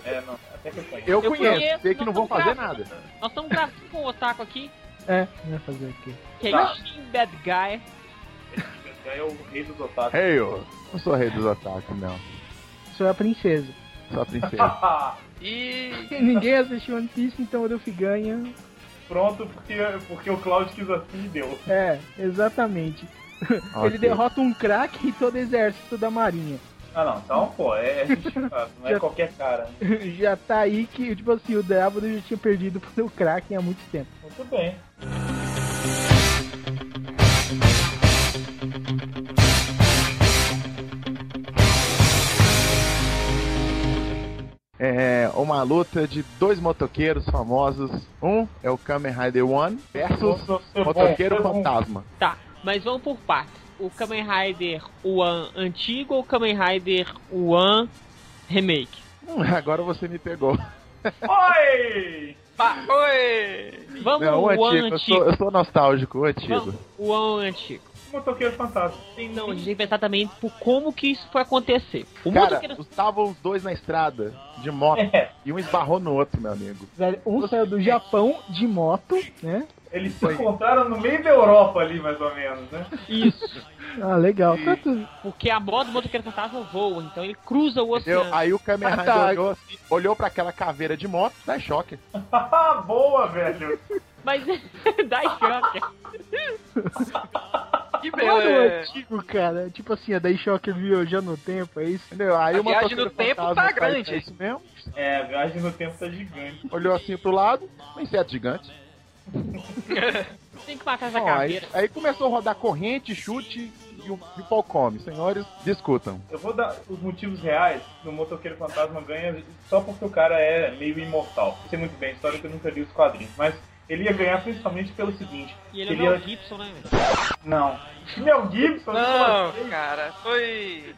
Speaker 1: É, não, até que eu conheço.
Speaker 4: Eu,
Speaker 2: Eu
Speaker 4: conheço,
Speaker 2: conheço,
Speaker 4: sei que não
Speaker 2: nós
Speaker 4: vão
Speaker 2: vamos
Speaker 4: fazer
Speaker 2: pra-
Speaker 4: nada.
Speaker 2: Nós estamos gravando com o Otaku aqui,
Speaker 3: É, vai fazer aqui.
Speaker 2: que é
Speaker 1: Tá.
Speaker 2: Shin Bad Guy.
Speaker 1: Esse cara é o rei dos otakus.
Speaker 4: Ei, eu não sou rei dos ataques, não.
Speaker 3: Sou a princesa.
Speaker 4: Só princesa.
Speaker 5: E
Speaker 3: Ninguém assistiu One Piece, então o Luffy ganha.
Speaker 1: Pronto, porque, porque o Claudio quis assim e deu.
Speaker 3: É, exatamente. Ele
Speaker 4: Ok.
Speaker 3: derrota um craque e todo o exército da marinha.
Speaker 1: Ah, não, então, pô, é, é justificado, não é
Speaker 3: Já-
Speaker 1: qualquer cara.
Speaker 3: já tá aí que, tipo assim, o Diabo já tinha perdido pro Kraken há muito tempo.
Speaker 1: Muito bem.
Speaker 4: É uma luta de dois motoqueiros famosos. Um é o Kamen Rider One versus
Speaker 1: Você é bom,
Speaker 4: Motoqueiro
Speaker 1: você é bom.
Speaker 4: Fantasma.
Speaker 2: Tá, mas vamos por partes. O Kamen Rider One antigo ou o Kamen Rider One remake?
Speaker 4: Hum, agora você me pegou.
Speaker 1: Oi!
Speaker 5: pá, oi!
Speaker 2: Vamos
Speaker 4: Não, o
Speaker 2: o One
Speaker 4: antigo. Eu
Speaker 2: antigo.
Speaker 4: sou, eu sou nostálgico, o antigo.
Speaker 2: Vamos, o One antigo.
Speaker 1: Motoqueiro fantasma. Sim,
Speaker 2: Não, a gente tem que pensar também por como que isso foi acontecer. O
Speaker 4: Cara,
Speaker 2: Um motoqueiro
Speaker 4: estavam os dois na estrada, de moto,
Speaker 1: É,
Speaker 4: e um esbarrou no outro, meu amigo.
Speaker 3: Velho, um saiu do Japão de moto, né?
Speaker 1: eles se
Speaker 4: Foi.
Speaker 1: encontraram no meio da Europa ali, mais ou menos, né?
Speaker 2: Isso.
Speaker 3: Ah, legal. Tanto...
Speaker 2: Porque a moto do motoqueiro fantasma voa, então ele cruza o
Speaker 4: Entendeu?
Speaker 2: oceano.
Speaker 4: Aí o Kamen
Speaker 3: Ah,
Speaker 4: Rider
Speaker 3: tá.
Speaker 4: olhou, assim, olhou pra aquela caveira de moto, dá choque. Ah.
Speaker 1: Boa, Ah, velho!
Speaker 2: né? Mas dá choque.
Speaker 5: Que
Speaker 3: Mano, é
Speaker 5: beleza.
Speaker 3: antigo, cara. Tipo assim, é daí choque viajando no tempo, é isso?
Speaker 4: Entendeu? Aí
Speaker 5: A
Speaker 4: uma
Speaker 5: viagem
Speaker 4: toqueira
Speaker 5: no tempo
Speaker 4: fantasma
Speaker 5: tá
Speaker 4: faz-
Speaker 5: grande.
Speaker 4: É isso mesmo.
Speaker 1: É, a viagem no tempo tá gigante.
Speaker 4: Olhou assim pro lado, um inseto gigante.
Speaker 2: Tem que matar essa
Speaker 4: Bom, aí,
Speaker 2: caveira.
Speaker 4: aí começou a rodar corrente, chute e o, e o pau come. Senhores, discutam.
Speaker 1: Eu vou dar os motivos reais do motoqueiro fantasma ganha só porque o cara é meio imortal. Eu sei muito bem, a história que eu nunca li os quadrinhos, mas ele ia ganhar principalmente pelo seguinte.
Speaker 2: E ele
Speaker 1: ele
Speaker 2: não é
Speaker 1: é-
Speaker 2: o Gibson, né, velho?
Speaker 1: Não. Mel Gibson?
Speaker 5: Não, cara, foi.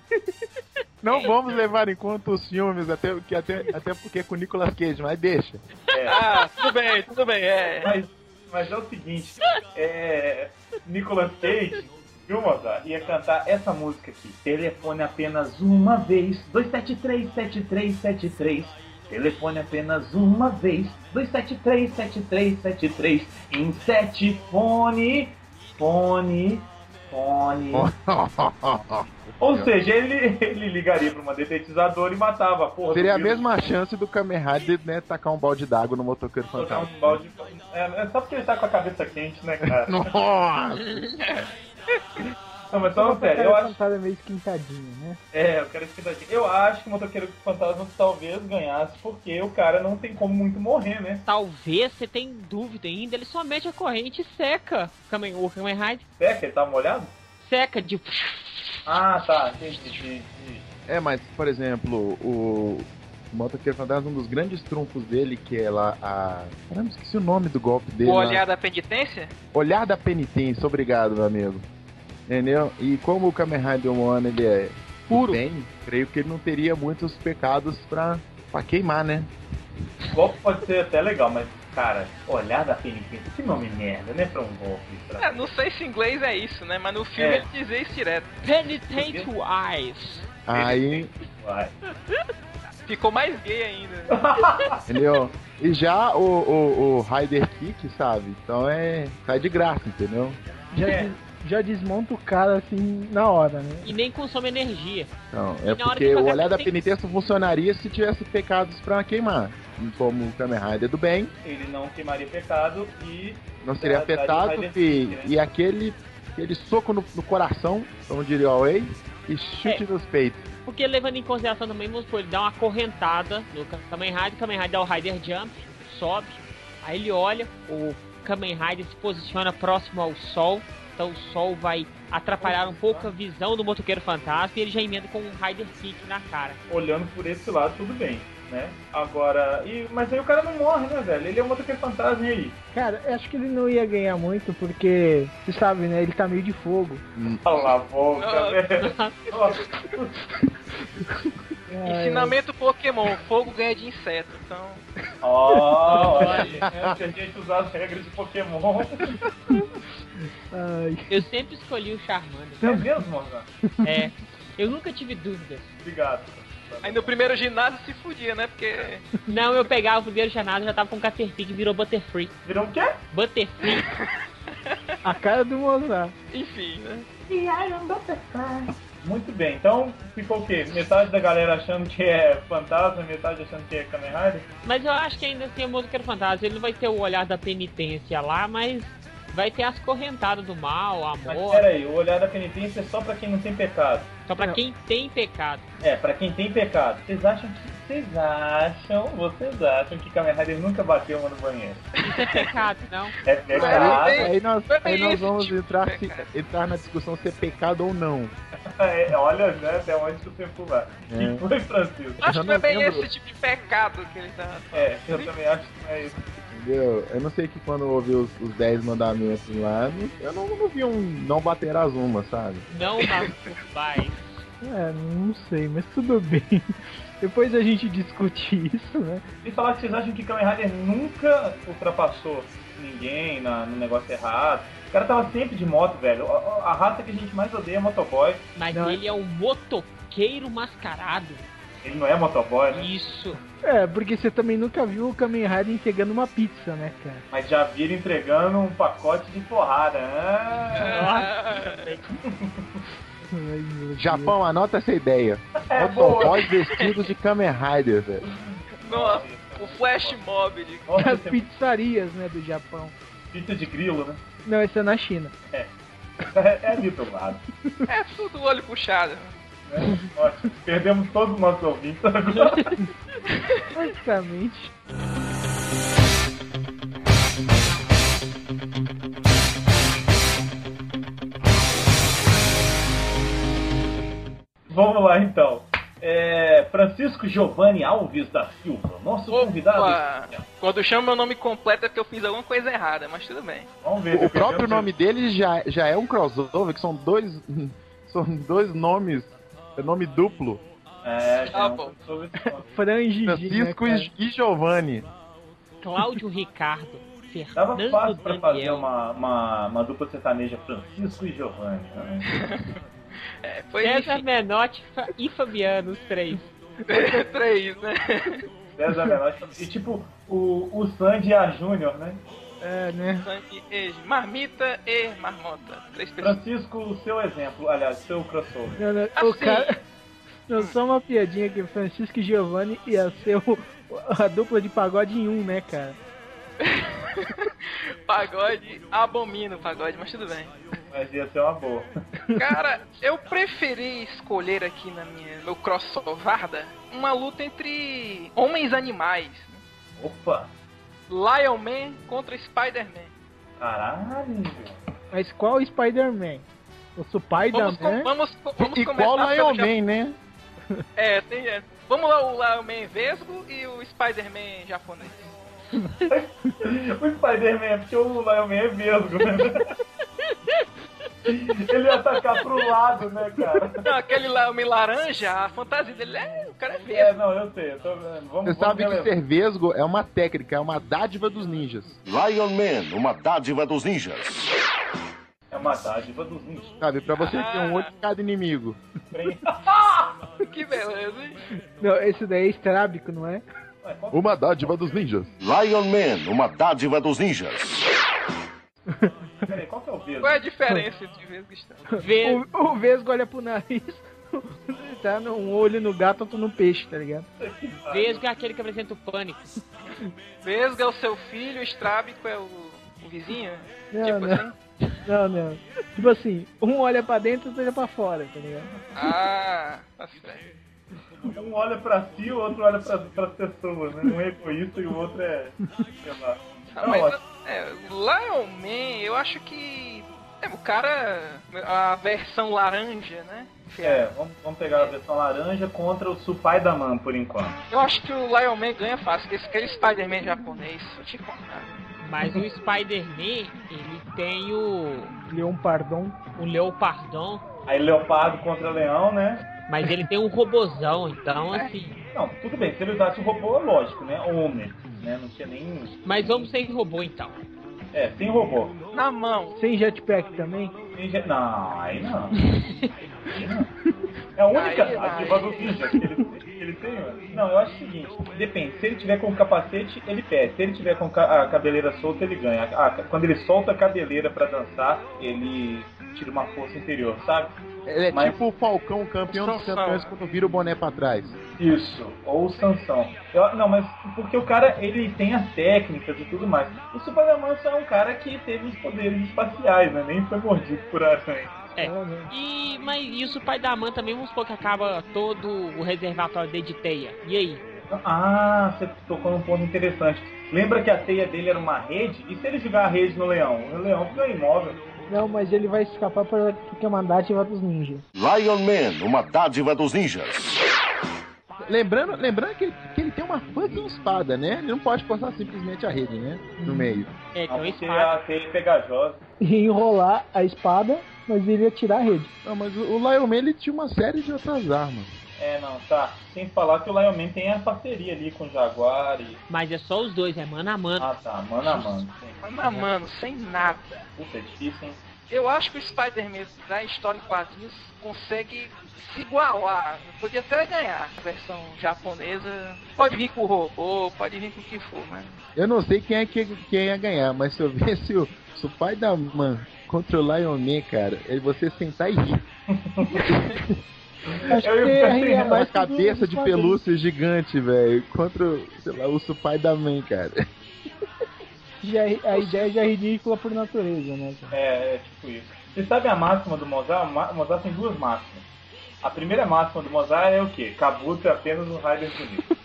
Speaker 4: Não vamos levar em conta os filmes, até, que, até, até porque é com o Nicolas Cage, mas deixa.
Speaker 1: É.
Speaker 5: Ah, tudo bem, tudo bem, é.
Speaker 1: Mas, mas é o seguinte, é, Nicolas Cage, viu, Mozart, ia cantar essa música aqui. Telefone apenas uma vez, 273-7373. Telefone apenas uma vez, 273-7373. Em sete, fone, fone, fone. Ou seja, ele, ele ligaria pra uma detetizadora e matava. Porra,
Speaker 4: Seria a
Speaker 1: sumiu.
Speaker 4: mesma chance do Kamen Rider, né, tacar um balde d'água no motoqueiro
Speaker 1: Jogar
Speaker 4: fantasma.
Speaker 1: um balde. É, é só porque ele tá com a cabeça quente, né, cara?
Speaker 4: Nossa!
Speaker 1: Não, mas só sério, eu
Speaker 3: Cara,
Speaker 1: acho.
Speaker 3: fantasma é meio esquentadinho, né?
Speaker 1: É, eu quero esquentar aqui. Eu acho que o motoqueiro fantasma talvez ganhasse, porque o cara não tem como muito morrer, né?
Speaker 2: Talvez você tem dúvida ainda, ele só mete a corrente e seca o Kamen, o Kamen Rider.
Speaker 1: Será que ele tá molhado?
Speaker 2: Seca de.
Speaker 1: Ah, tá, entendi, entendi.
Speaker 4: É, mas, por exemplo, o motoqueiro fantasma, um dos grandes trunfos dele, que é lá a... Caramba, esqueci o nome do golpe dele.
Speaker 5: O
Speaker 4: lá.
Speaker 5: olhar da penitência?
Speaker 4: Olhar da penitência, obrigado, meu amigo. Entendeu? E como o Kamen Rider One ele é puro bem, creio que ele não teria muitos pecados pra, pra queimar, né?
Speaker 1: O golpe pode ser até legal, mas, cara, olhar da penitência, que nome merda, né, pra um golpe. Pra...
Speaker 5: Ah, não sei se em inglês é isso, né? Mas no filme
Speaker 1: É.
Speaker 5: ele dizia isso direto.
Speaker 2: Penitent Eyes.
Speaker 4: Aí,
Speaker 1: Vai.
Speaker 5: Ficou mais gay ainda.
Speaker 4: entendeu? E já o, o, o Rider Kick, sabe? Então é. sai de graça, entendeu?
Speaker 3: Já,
Speaker 1: É.
Speaker 3: des- já desmonta o cara assim na hora, né?
Speaker 2: E nem consome energia.
Speaker 4: Então, é
Speaker 2: E na hora
Speaker 4: porque
Speaker 2: de
Speaker 4: o
Speaker 2: fazer a
Speaker 4: olhar da
Speaker 2: penitência-
Speaker 4: penitência funcionaria se tivesse pecados pra queimar. E Como o Kamen Rider do bem,
Speaker 1: Ele não queimaria pecado e.
Speaker 4: não seria
Speaker 1: Tá- tá de
Speaker 4: afetado,
Speaker 1: Rider
Speaker 4: fi.
Speaker 1: Kick, né?
Speaker 4: E aquele, aquele soco no, no coração, como diria o Way, e chute nos peitos.
Speaker 2: Porque levando em consideração também, vamos supor, ele dá uma correntada no Ka- Kamen Rider, o Kamen Rider dá o Rider Jump, sobe, aí ele olha, o Kamen Rider se posiciona próximo ao sol, então o sol vai atrapalhar um pouco a visão do motoqueiro fantasma e ele já emenda com um Rider Kick na cara.
Speaker 1: olhando por esse lado, tudo bem, né? Agora. E, mas aí o cara não morre, né, velho? Ele é um motoqueiro fantasma e aí.
Speaker 3: Cara, eu acho que ele não ia ganhar muito porque, você sabe, né? Ele tá meio de fogo.
Speaker 1: Olha lá, volta,
Speaker 5: Ah.
Speaker 1: velho. Nossa,
Speaker 5: Ensinamento Pokémon, fogo ganha de inseto. Então,
Speaker 1: Ó, olha, antes a gente usar as regras de Pokémon.
Speaker 3: Ai,
Speaker 2: Eu sempre escolhi o Charmander.
Speaker 1: É mesmo, Morgan?
Speaker 2: É, eu nunca tive dúvidas.
Speaker 1: Obrigado.
Speaker 5: aí no primeiro ginásio se fudia, né? Porque
Speaker 2: Não, eu pegava o primeiro Charmander, já tava com Caterpie que virou Butterfree.
Speaker 1: Virou o quê?
Speaker 2: Butterfree.
Speaker 3: a cara do Mozart.
Speaker 5: Enfim, né?
Speaker 1: Muito bem, então ficou o quê? Metade da galera achando que é fantasma, metade achando que é Kamen Rider?
Speaker 2: Mas eu acho que ainda assim o Motoqueiro Fantasma, ele não vai ter o olhar da penitência lá, mas vai ter as correntadas do mal, a
Speaker 1: Mas
Speaker 2: morte,
Speaker 1: peraí, o olhar da penitência é só pra quem não tem pecado.
Speaker 2: só pra quem tem pecado.
Speaker 1: É, pra quem tem pecado. Vocês acham que. Vocês acham, vocês acham que Kamen Rider nunca bateu uma no banheiro?
Speaker 2: Isso é pecado, não?
Speaker 1: É
Speaker 4: Aí,
Speaker 1: pecado,
Speaker 4: aí nós,
Speaker 5: Mas
Speaker 4: aí nós
Speaker 5: esse
Speaker 4: vamos
Speaker 5: tipo
Speaker 4: entrar,
Speaker 5: de
Speaker 4: se- entrar na discussão se é pecado ou não.
Speaker 1: é, olha né, até onde tu tempo vai.
Speaker 4: É.
Speaker 1: Que foi, Francisco?
Speaker 5: Acho
Speaker 4: Eu
Speaker 5: que não é
Speaker 4: não
Speaker 5: bem
Speaker 4: lembro.
Speaker 5: esse tipo de pecado que ele tá.
Speaker 1: É, eu também acho que não é isso.
Speaker 4: Entendeu? Eu não sei que quando eu ouvi os, os 10 mandamentos lá, eu não, não vi um não bater as uma, sabe?
Speaker 2: Não vai.
Speaker 3: É, não sei, mas tudo bem. Depois a gente discute isso, né?
Speaker 1: E falar que vocês acham que Kamen Rider nunca ultrapassou ninguém na- no negócio errado. O cara tava sempre de moto, velho. A, a- a raça que a gente mais odeia é motoboy.
Speaker 2: Mas
Speaker 3: Não, é-
Speaker 2: ele é um motoqueiro mascarado.
Speaker 1: Ele não é motoboy, né?
Speaker 2: Isso.
Speaker 3: É, porque você também nunca viu o Kamen Rider entregando uma pizza, né, cara?
Speaker 1: Mas já vira entregando um pacote de porrada. Ah,
Speaker 3: Ai, meu Deus.
Speaker 4: Japão, anota essa ideia.
Speaker 1: é boa.
Speaker 4: Motoboy vestido de Kamen Rider, velho.
Speaker 5: Nossa, o flash mob de
Speaker 1: Nossa,
Speaker 3: As
Speaker 1: você-
Speaker 3: pizzarias, né, do Japão.
Speaker 1: Pizza de grilo, né?
Speaker 3: Não, isso é na China.
Speaker 1: É ali do lado.
Speaker 5: É tudo olho puxado.
Speaker 1: Né? Ótimo. Perdemos todos os nossos ouvintes agora.
Speaker 3: Basicamente.
Speaker 1: Vamos lá então. É, Francisco Giovanni Alves da Silva, nosso
Speaker 5: Opa!
Speaker 1: convidado. especial.
Speaker 5: Quando chama meu nome completo é porque eu fiz alguma coisa errada, mas tudo bem.
Speaker 1: Vamos ver.
Speaker 4: O
Speaker 1: dependendo
Speaker 4: próprio
Speaker 1: se-
Speaker 4: nome dele já, já é um crossover, que são dois. São dois nomes. É nome duplo.
Speaker 1: É, já
Speaker 5: Ah,
Speaker 1: não
Speaker 5: bom.
Speaker 1: soube esse nome.
Speaker 3: Frange. né,
Speaker 5: né,
Speaker 4: Francisco e e Giovanni.
Speaker 2: Cláudio Ricardo,
Speaker 1: Dava
Speaker 2: Fernando
Speaker 1: fácil pra fazer
Speaker 2: Daniel.
Speaker 1: uma, uma, uma dupla sertaneja Francisco e Giovanni. né?
Speaker 5: É, foi
Speaker 2: César
Speaker 5: enfim,
Speaker 2: Menotti Fa- e Fabiano, os três.
Speaker 5: três, né?
Speaker 1: César Menotti. E tipo, o, o Sandy e a Júnior, né?
Speaker 3: É, né?
Speaker 5: Sangue e marmita e marmota. Três pessoas.
Speaker 1: Francisco, o seu exemplo, aliás, seu crossover.
Speaker 3: Não, não, o
Speaker 4: Ah,
Speaker 5: Assim.
Speaker 3: cara. Não, só uma piadinha que Francisco e Giovanni ia ser o- a dupla de pagode em um, né, cara?
Speaker 5: Pagode, abomino o pagode, mas tudo bem.
Speaker 1: Mas ia ser uma boa.
Speaker 5: Cara, eu preferi escolher aqui na minha meu crossovarda uma luta entre homens animais.
Speaker 1: Opa!
Speaker 5: Lion Man contra Spider-Man.
Speaker 1: Caralho!
Speaker 3: Mas qual o Spider-Man? O
Speaker 5: Vamos, com-
Speaker 3: Spider-Man?
Speaker 5: vamos, co- vamos
Speaker 4: Igual
Speaker 5: começar
Speaker 4: Lion
Speaker 5: pelo ja-
Speaker 4: Man, né?
Speaker 5: É, tem, é. Vamos lá o Lion Man vesgo e o Spider-Man japonês.
Speaker 1: O Spider-Man é porque o Lion Man é vesgo, né? Ele ia atacar pro lado, né, cara?
Speaker 5: Não, aquele lá, homem laranja, a fantasia dele é. O cara é
Speaker 1: É,
Speaker 5: vesgo.
Speaker 1: não, eu sei. eu tô vendo. Vamos,
Speaker 4: Você sabe que
Speaker 1: vamos
Speaker 4: ser vesgo é uma técnica, é uma dádiva dos ninjas.
Speaker 8: Lion Man, uma dádiva dos ninjas.
Speaker 1: É uma dádiva dos ninjas.
Speaker 4: Sabe? Pra você ter um
Speaker 5: Ah.
Speaker 4: olho de cada inimigo.
Speaker 1: Prende-
Speaker 5: Que beleza, hein?
Speaker 3: Não, esse daí é estrábico, não é?
Speaker 1: Ué, qual-
Speaker 4: Uma dádiva dos ninjas.
Speaker 8: Lion Man, uma dádiva dos ninjas.
Speaker 1: Peraí, qual que é o vesgo?
Speaker 5: Qual é a diferença entre vesgo e estranho?
Speaker 4: É.
Speaker 2: Vê
Speaker 3: O, o Vesgo olha pro nariz, tá no- um olho no gato, outro no peixe, tá ligado?
Speaker 2: Vesgo é aquele que apresenta o pânico.
Speaker 5: Vesgo é o seu filho, o estrábico é o, o vizinho?
Speaker 4: É,
Speaker 3: Não,
Speaker 5: tipo
Speaker 4: né?
Speaker 3: não,
Speaker 5: assim?
Speaker 3: não, não. Tipo assim, um olha pra dentro, outro olha pra fora, tá ligado?
Speaker 5: Ah, tá certo.
Speaker 1: Um olha pra si, o outro olha pra, pras pessoas, né? Um é egoísta e o outro é. sei lá.
Speaker 5: Ah,
Speaker 1: Não,
Speaker 5: mas,
Speaker 1: ótimo.
Speaker 5: é, Lion Man, eu acho que. É, o cara. A versão laranja, né?
Speaker 1: É, vamos, vamos pegar a versão laranja contra o Supai da Man por enquanto.
Speaker 5: Eu acho que o Lion Man ganha fácil, porque esse aquele Spider-Man japonês, vou te contar.
Speaker 2: Mas o Spider-Man, ele tem o,
Speaker 3: Leon Pardon.
Speaker 2: o Leopardon,
Speaker 1: Aí Leopardo contra Leão, né?
Speaker 2: mas ele tem um robozão, então assim.
Speaker 1: Não, tudo bem, se ele usasse o robô, é lógico, né? Homem, né? Não tinha nem.
Speaker 2: Mas vamos sem robô então.
Speaker 1: É, sem robô.
Speaker 5: Na mão.
Speaker 3: Sem jetpack também?
Speaker 1: Sem ge- Não, aí não. Aí não. É a única
Speaker 5: Aí vai.
Speaker 1: ativa do ninja que ele, que ele tem, mano. Não, eu acho o seguinte, depende, se ele tiver com o capacete, ele perde. Se ele tiver com ca- a cabeleira solta, ele ganha. Ah, quando ele solta a cabeleira pra dançar, ele tira uma força interior, sabe?
Speaker 4: Ele é
Speaker 1: Mas-
Speaker 4: tipo o Falcão, campeão dos
Speaker 5: Falcão.
Speaker 4: campeões, quando vira o boné pra trás.
Speaker 1: Isso, ou Sansão. Eu- não, mas porque o cara ele tem as técnicas e tudo mais. O Superman só é um cara que teve os poderes espaciais, né? Nem foi mordido por aranha.
Speaker 2: É.
Speaker 3: Pelo menos.
Speaker 2: E mas isso o pai da Man também, vamos supor que acaba todo o reservatório dele de teia. E aí?
Speaker 1: Ah, você tocou num ponto interessante. Lembra que a teia dele era uma rede? E se ele jogar a rede no leão? O leão fica imóvel.
Speaker 3: Não, mas ele vai escapar pra- porque é uma dádiva dos ninjas.
Speaker 8: Lion Man, uma dádiva dos ninjas.
Speaker 4: Lembrando, lembrando que, ele, que ele tem uma fucking espada, né? Ele não pode cortar simplesmente a rede, né?
Speaker 5: Uhum.
Speaker 4: No meio.
Speaker 2: É,
Speaker 1: Ah,
Speaker 2: tem um
Speaker 1: porque
Speaker 2: espada.
Speaker 1: a teia é pegajosa.
Speaker 3: E enrolar a espada, mas ele ia tirar a rede.
Speaker 4: Não, mas o, o Lion Man, ele tinha uma série de outras armas.
Speaker 1: É, não, tá. Sem falar que o Lion Man tem a parceria ali com o Jaguar e.
Speaker 2: Mas é só os dois, é mano a mano.
Speaker 1: Ah, tá. Mano a mano.
Speaker 5: Mas na mano, sem nada.
Speaker 1: Puta, é difícil, hein?
Speaker 5: Eu acho que o Spider-Man da história em quadrinhos consegue se igualar. Podia até ganhar a versão japonesa. Pode vir com o robô, pode vir com o que for, mas.
Speaker 4: Eu não sei quem é que quem ia ganhar, mas se eu visse o, se o pai da Man contra o Lion Man, cara, é você sentar e rir.
Speaker 3: Acho
Speaker 1: Eu ia
Speaker 3: ele
Speaker 1: pensar
Speaker 3: ia
Speaker 1: em
Speaker 4: Uma
Speaker 3: mais que é
Speaker 4: cabeça
Speaker 3: dos
Speaker 4: de
Speaker 3: quadrinhos.
Speaker 4: pelúcia gigante, velho, contra, sei lá, o pai da Man, cara.
Speaker 3: já, é- a ideia já é ridícula por natureza, né? cara?
Speaker 1: É, é tipo isso. Você sabe a máxima do Mozart? Ma- Mozart tem duas máximas. A primeira máxima do Mozart é o quê? Cabuto é apenas um Heider bonito.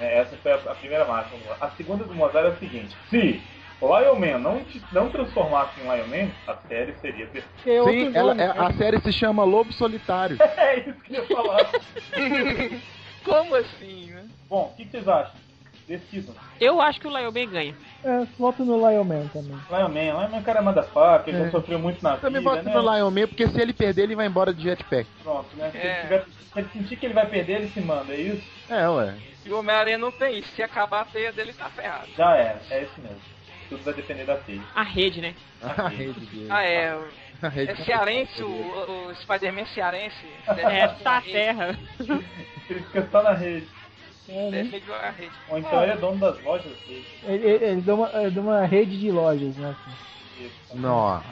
Speaker 1: É, essa foi a, a primeira máxima. do Mozart. A segunda do Mozart é o seguinte. Se o Lion Man não, te- não transformasse em Lion Man, a série seria perfeita.
Speaker 3: É outro
Speaker 4: Sim,
Speaker 3: nome,
Speaker 4: ela- é-
Speaker 3: né?
Speaker 4: a série se chama Lobo Solitário.
Speaker 1: É isso que eu ia falar.
Speaker 5: Como assim, né?
Speaker 1: Bom, o que, que vocês acham? Decidam.
Speaker 2: Eu acho que o Lion Man ganha.
Speaker 3: É, voto no Lion Man também.
Speaker 1: Lion Man, Lion Man é um cara manda faca, ele
Speaker 4: É.
Speaker 1: já sofreu muito na
Speaker 4: Também
Speaker 1: vida,
Speaker 4: voto
Speaker 1: né?
Speaker 4: no Lion Man, porque se ele perder, ele vai embora de jetpack.
Speaker 1: Pronto, né? Se,
Speaker 5: É.
Speaker 1: ele tiver- se ele sentir que ele vai perder, ele se manda, é isso?
Speaker 4: É, ué.
Speaker 5: E o Homem-Aranha não tem isso. Se acabar a teia dele, tá ferrado.
Speaker 1: Já é, é isso mesmo. Tudo vai depender da teia.
Speaker 2: A rede, né?
Speaker 4: A rede dele.
Speaker 5: Ah, é.
Speaker 4: A rede
Speaker 5: É cearense, o, o Spider-Man cearense.
Speaker 2: É, tá a terra.
Speaker 1: Ele fica só na rede.
Speaker 3: É, né?
Speaker 5: Defende a rede.
Speaker 1: Ou então ele é dono das lojas dele.
Speaker 3: Ele, ele, ele deu uma, ele deu uma rede de lojas, né? cara?
Speaker 4: Nossa.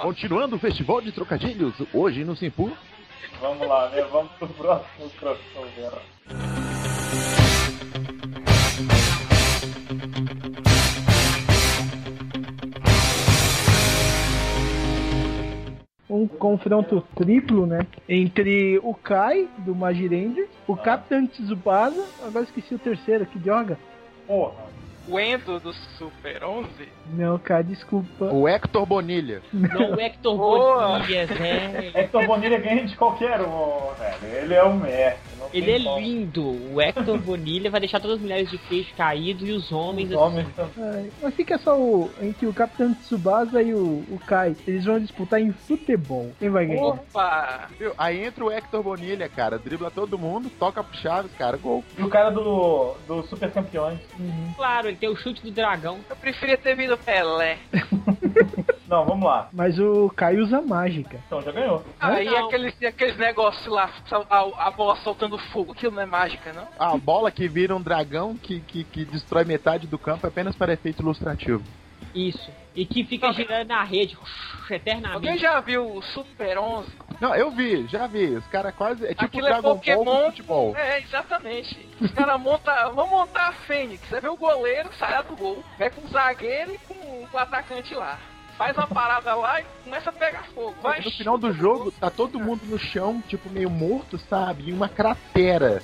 Speaker 4: Continuando o Festival de Trocadilhos, hoje no Simpu.
Speaker 1: Vamos lá, né? Vamos pro próximo crossover.
Speaker 3: Um confronto triplo, né? Entre o Kai, do Magiranger, o Capitão Tsubasa, agora esqueci o terceiro, que joga.
Speaker 1: Porra.
Speaker 5: O Endo do Super 11?
Speaker 3: Não, cara, desculpa.
Speaker 4: O Hector Bonilha.
Speaker 2: Não, o Hector né?
Speaker 5: Boa.
Speaker 2: Bonilha, velho.
Speaker 1: Hector Bonilha ganha de qualquer um, velho. Ele é um mestre. não
Speaker 2: Ele é
Speaker 1: tem como.
Speaker 2: lindo. O Hector Bonilha vai deixar todas as mulheres de queixo caído e os homens. assim.
Speaker 1: Os homens também.
Speaker 3: Ai, Mas fica só o, entre o Capitão Tsubasa e o, o Kai. Eles vão disputar em futebol. Quem vai ganhar?
Speaker 5: Opa!
Speaker 4: Viu? Aí entra o Hector Bonilha, cara. Dribla todo mundo, toca pro Chaves, cara. Gol.
Speaker 1: E o cara do, do Super Campeões.
Speaker 3: Uhum.
Speaker 2: Claro, ele tem o chute do dragão.
Speaker 5: Eu preferia ter vindo Pelé.
Speaker 1: Não, vamos lá.
Speaker 3: Mas o Kai usa mágica.
Speaker 1: Então já ganhou.
Speaker 5: Aí
Speaker 2: Não.
Speaker 5: aqueles, aqueles negócios lá, sal- a, a bola soltando fogo, aquilo não é mágica, não?
Speaker 4: A bola que vira um dragão que, que, que destrói metade do campo é apenas para efeito ilustrativo.
Speaker 2: Isso. E que fica
Speaker 5: Alguém-
Speaker 2: girando na rede
Speaker 5: Alguém
Speaker 2: eternamente.
Speaker 5: já viu o Super 11?
Speaker 4: Não, eu vi, já vi. Os caras quase. É tipo
Speaker 5: Aquilo é
Speaker 4: Dragon Ball
Speaker 5: Pokémon.
Speaker 4: do futebol.
Speaker 5: É, exatamente. Os caras montam, vão montar a Fênix. Você vê o goleiro, sai lá do gol. Vai com o zagueiro e com o atacante lá. Faz uma parada lá e começa a pegar fogo. Vai,
Speaker 4: No final do jogo, tá todo mundo no chão, tipo, meio morto, sabe? Em uma cratera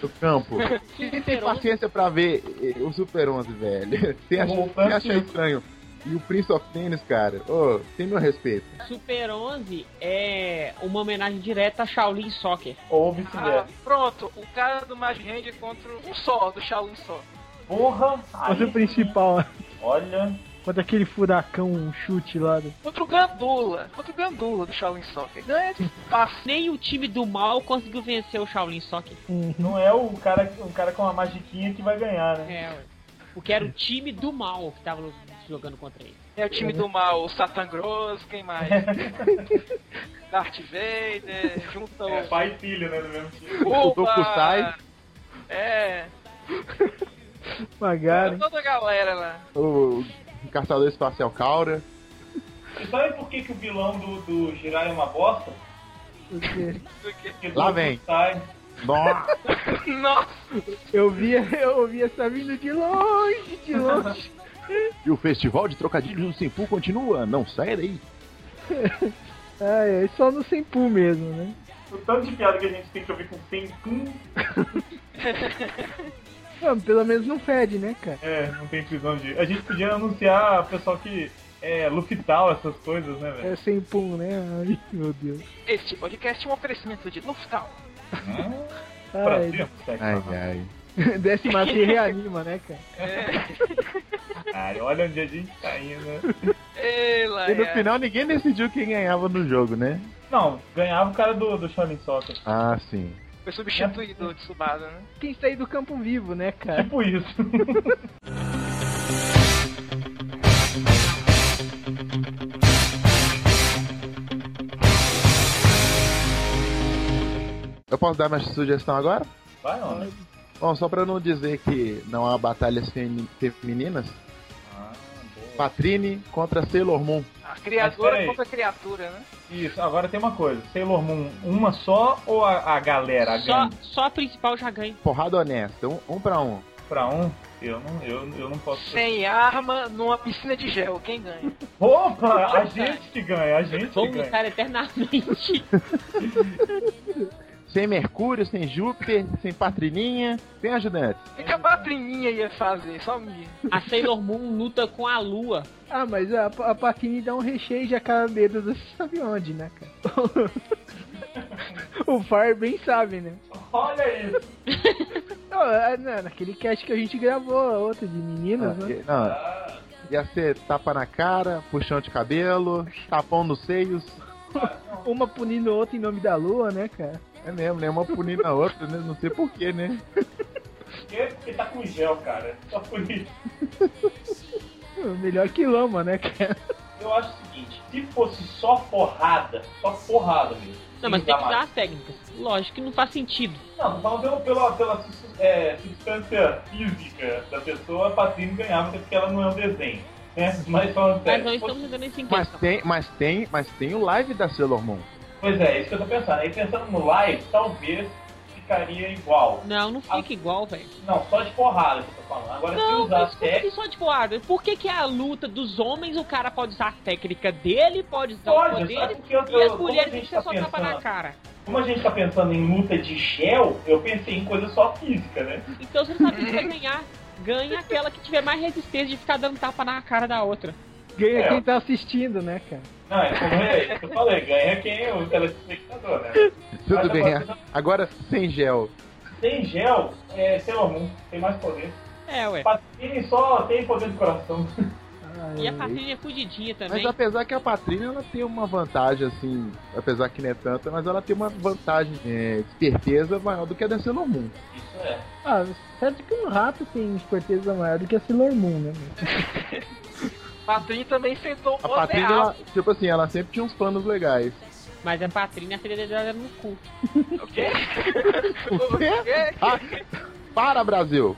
Speaker 4: do campo. Quem tem paciência pra ver eh, o Super 11, velho? Tem acha,
Speaker 1: Voltando-
Speaker 4: tem acha estranho. E o Prince of Tennis, cara, ô, tem meu respeito.
Speaker 2: Super 11 é uma homenagem direta a Shaolin Soccer.
Speaker 1: Ou
Speaker 5: Ah,
Speaker 1: vice-versa.
Speaker 5: pronto, o cara do Magic Hand contra um só, do Shaolin só.
Speaker 2: Ah.
Speaker 1: Porra.
Speaker 3: Mas
Speaker 1: aí
Speaker 3: é o principal,
Speaker 1: sim. Olha.
Speaker 3: contra aquele furacão, um chute lá. do-
Speaker 5: Contra o Gandula. Contra o Gandula do Shaolin Soccer. Ganha é de fácil.
Speaker 2: Nem o time do mal conseguiu vencer o Shaolin Soccer.
Speaker 3: Uhum.
Speaker 1: Não é o cara, o cara com a magiquinha que vai ganhar, né?
Speaker 2: É, ué. Porque era o time do mal que tava jogando contra ele.
Speaker 5: É o time do mal, o Satan Grosso, quem mais? Darth Vader, junta
Speaker 1: É
Speaker 5: o
Speaker 1: pai e filho, né? Do mesmo time.
Speaker 5: Opa!
Speaker 4: Dokusai.
Speaker 5: É,
Speaker 3: Magaren.
Speaker 5: toda a galera lá.
Speaker 4: O caçador espacial Caura.
Speaker 1: E sabe por que, que o vilão do, do Jirai é uma bosta?
Speaker 3: porque
Speaker 5: Porque-
Speaker 1: Porque
Speaker 4: Lá
Speaker 1: todo
Speaker 4: vem.
Speaker 1: mundo Sai.
Speaker 4: Nossa,
Speaker 5: Nossa,
Speaker 3: Eu via, eu via essa vindo de longe, de longe.
Speaker 4: e o festival de trocadilhos do Simpu continua, não sai daí.
Speaker 3: É, é só no Senpu mesmo, né?
Speaker 1: O tanto de piada que a gente tem que ouvir com tem um, pum.
Speaker 3: Ah, pelo menos não fede, né, cara?
Speaker 1: É, não tem prisão de. A gente podia anunciar pessoal que é Luftal, essas coisas, né, velho?
Speaker 3: É Senpu, né? Ai, meu Deus.
Speaker 5: este podcast é um oferecimento de Luftal.
Speaker 1: Ah, Pra
Speaker 3: Ai,
Speaker 1: cima, sexo anal.
Speaker 4: ai.
Speaker 3: desce mata e reanima, né, cara?
Speaker 1: Caralho, olha onde a gente tá indo. né?
Speaker 5: Ei, lá,
Speaker 4: E no
Speaker 5: é.
Speaker 4: final ninguém decidiu quem ganhava no jogo, né?
Speaker 1: Não, ganhava o cara do, do Shonen Soccer.
Speaker 4: Ah, sim.
Speaker 5: Foi substituído de Subada, né?
Speaker 3: Quem sair do campo vivo, né, cara?
Speaker 1: Tipo isso.
Speaker 4: Eu posso dar minha sugestão agora?
Speaker 1: Vai, homem.
Speaker 4: Bom, só pra não dizer que não há batalhas femi- femininas,
Speaker 1: Ah, boa.
Speaker 4: Patrine contra Sailor Moon.
Speaker 5: A
Speaker 1: Mas
Speaker 5: criadora
Speaker 1: peraí.
Speaker 5: contra a criatura, né?
Speaker 1: Isso, agora tem uma coisa. Sailor Moon, uma só ou a, a galera? A
Speaker 2: Só,
Speaker 1: gangue?
Speaker 2: só a principal já ganha.
Speaker 4: Porrada honesta, um, um pra um.
Speaker 1: Pra um? Eu não, eu, eu não posso.
Speaker 5: Sem arma numa piscina de gel, quem ganha?
Speaker 1: Opa! A gente que ganha, a gente que
Speaker 2: Vamos
Speaker 1: ganha.
Speaker 2: lutar eternamente.
Speaker 4: Sem Mercúrio, sem Júpiter, sem Patrininha, sem ajudante.
Speaker 5: O que que a patrininha ia fazer? Só me.
Speaker 2: A Sailor Moon luta com a lua.
Speaker 3: Ah, mas a, a Patine dá um recheio de acabamento, você sabe onde, né, cara? o Fire bem sabe, né?
Speaker 1: Olha isso!
Speaker 3: Não, é, na- naquele cast que a gente gravou, outro de meninas, né?
Speaker 4: E- Não,
Speaker 1: Ah,
Speaker 4: ia ser tapa na cara, puxão de cabelo, tapão nos seios.
Speaker 1: é.
Speaker 3: Uma punindo a outra em nome da lua, né, cara?
Speaker 4: É mesmo, né? Uma punindo a outra, né? Não sei porquê, né?
Speaker 1: porque, porque tá com gel, cara. Só por isso.
Speaker 3: Hum, Melhor que lama, né, cara?
Speaker 1: Eu acho o seguinte: se fosse só porrada, só porrada mesmo.
Speaker 2: Não, mas
Speaker 1: tá
Speaker 2: tem que usar as técnicas. Lógico que não faz sentido.
Speaker 1: Não, falando pelo, pela, pela sus- é, substância física da pessoa, a Patrícia ganhava até porque ela não é um desenho. Né? Mas falando
Speaker 2: Mas
Speaker 1: sério.
Speaker 2: não
Speaker 1: pois-
Speaker 2: estamos entrando isso em
Speaker 4: Mas
Speaker 2: questão.
Speaker 4: tem, mas tem, mas tem o live da Sailor Moon.
Speaker 1: Pois é, isso que eu tô pensando. Aí pensando no live, talvez ficaria igual.
Speaker 2: Não, não
Speaker 1: Ah.
Speaker 2: fica igual, velho.
Speaker 1: Não, só de porrada que eu tô falando. Agora se
Speaker 2: Não,
Speaker 1: usar
Speaker 2: mas
Speaker 1: as
Speaker 2: como que
Speaker 1: técnicas.
Speaker 2: só de porrada? Por que, que a luta dos homens o cara pode usar a técnica dele, pode usar o
Speaker 1: Pode, sabe
Speaker 2: poder
Speaker 1: porque eu,
Speaker 2: e as
Speaker 1: eu, como a
Speaker 2: mulheres tem que
Speaker 1: gente
Speaker 2: ser
Speaker 1: tá
Speaker 2: só tapa na
Speaker 1: pensando,
Speaker 2: cara?
Speaker 1: como a gente tá pensando em luta de gel, eu pensei em coisa só física, né?
Speaker 2: Então você não sabe quem vai ganhar. Ganha aquela que tiver mais resistência de ficar dando tapa na cara da outra.
Speaker 3: Ganha
Speaker 1: É.
Speaker 3: quem tá assistindo, né, cara?
Speaker 1: Não, é como é, eu falei, ganha quem é o telespectador, né?
Speaker 4: Tudo
Speaker 1: Mas
Speaker 4: bem,
Speaker 1: agora,
Speaker 4: é. agora sem gel.
Speaker 1: Sem gel, é Sailor Moon, tem mais poder.
Speaker 2: É, ué.
Speaker 1: Patine só tem poder do coração.
Speaker 2: E a Patrícia é fudidinha
Speaker 4: Hum. Mas
Speaker 2: também.
Speaker 4: apesar que a Patrícia ela tem uma vantagem, assim, apesar que não é tanta, mas ela tem uma vantagem é, de certeza maior do que a da Sailor Moon.
Speaker 1: Isso é.
Speaker 3: Ah, certo que um rato tem esperteza maior do que a Sailor Moon, né? meu?
Speaker 5: Patrinha também sentou
Speaker 4: A
Speaker 5: o
Speaker 4: Patrícia,
Speaker 5: real.
Speaker 4: ela, tipo assim, ela sempre tinha uns planos legais.
Speaker 2: Mas a Patrícia, a filha dela era é no cu.
Speaker 5: O quê?
Speaker 4: O quê?
Speaker 5: quê?
Speaker 4: Ah, para, Brasil!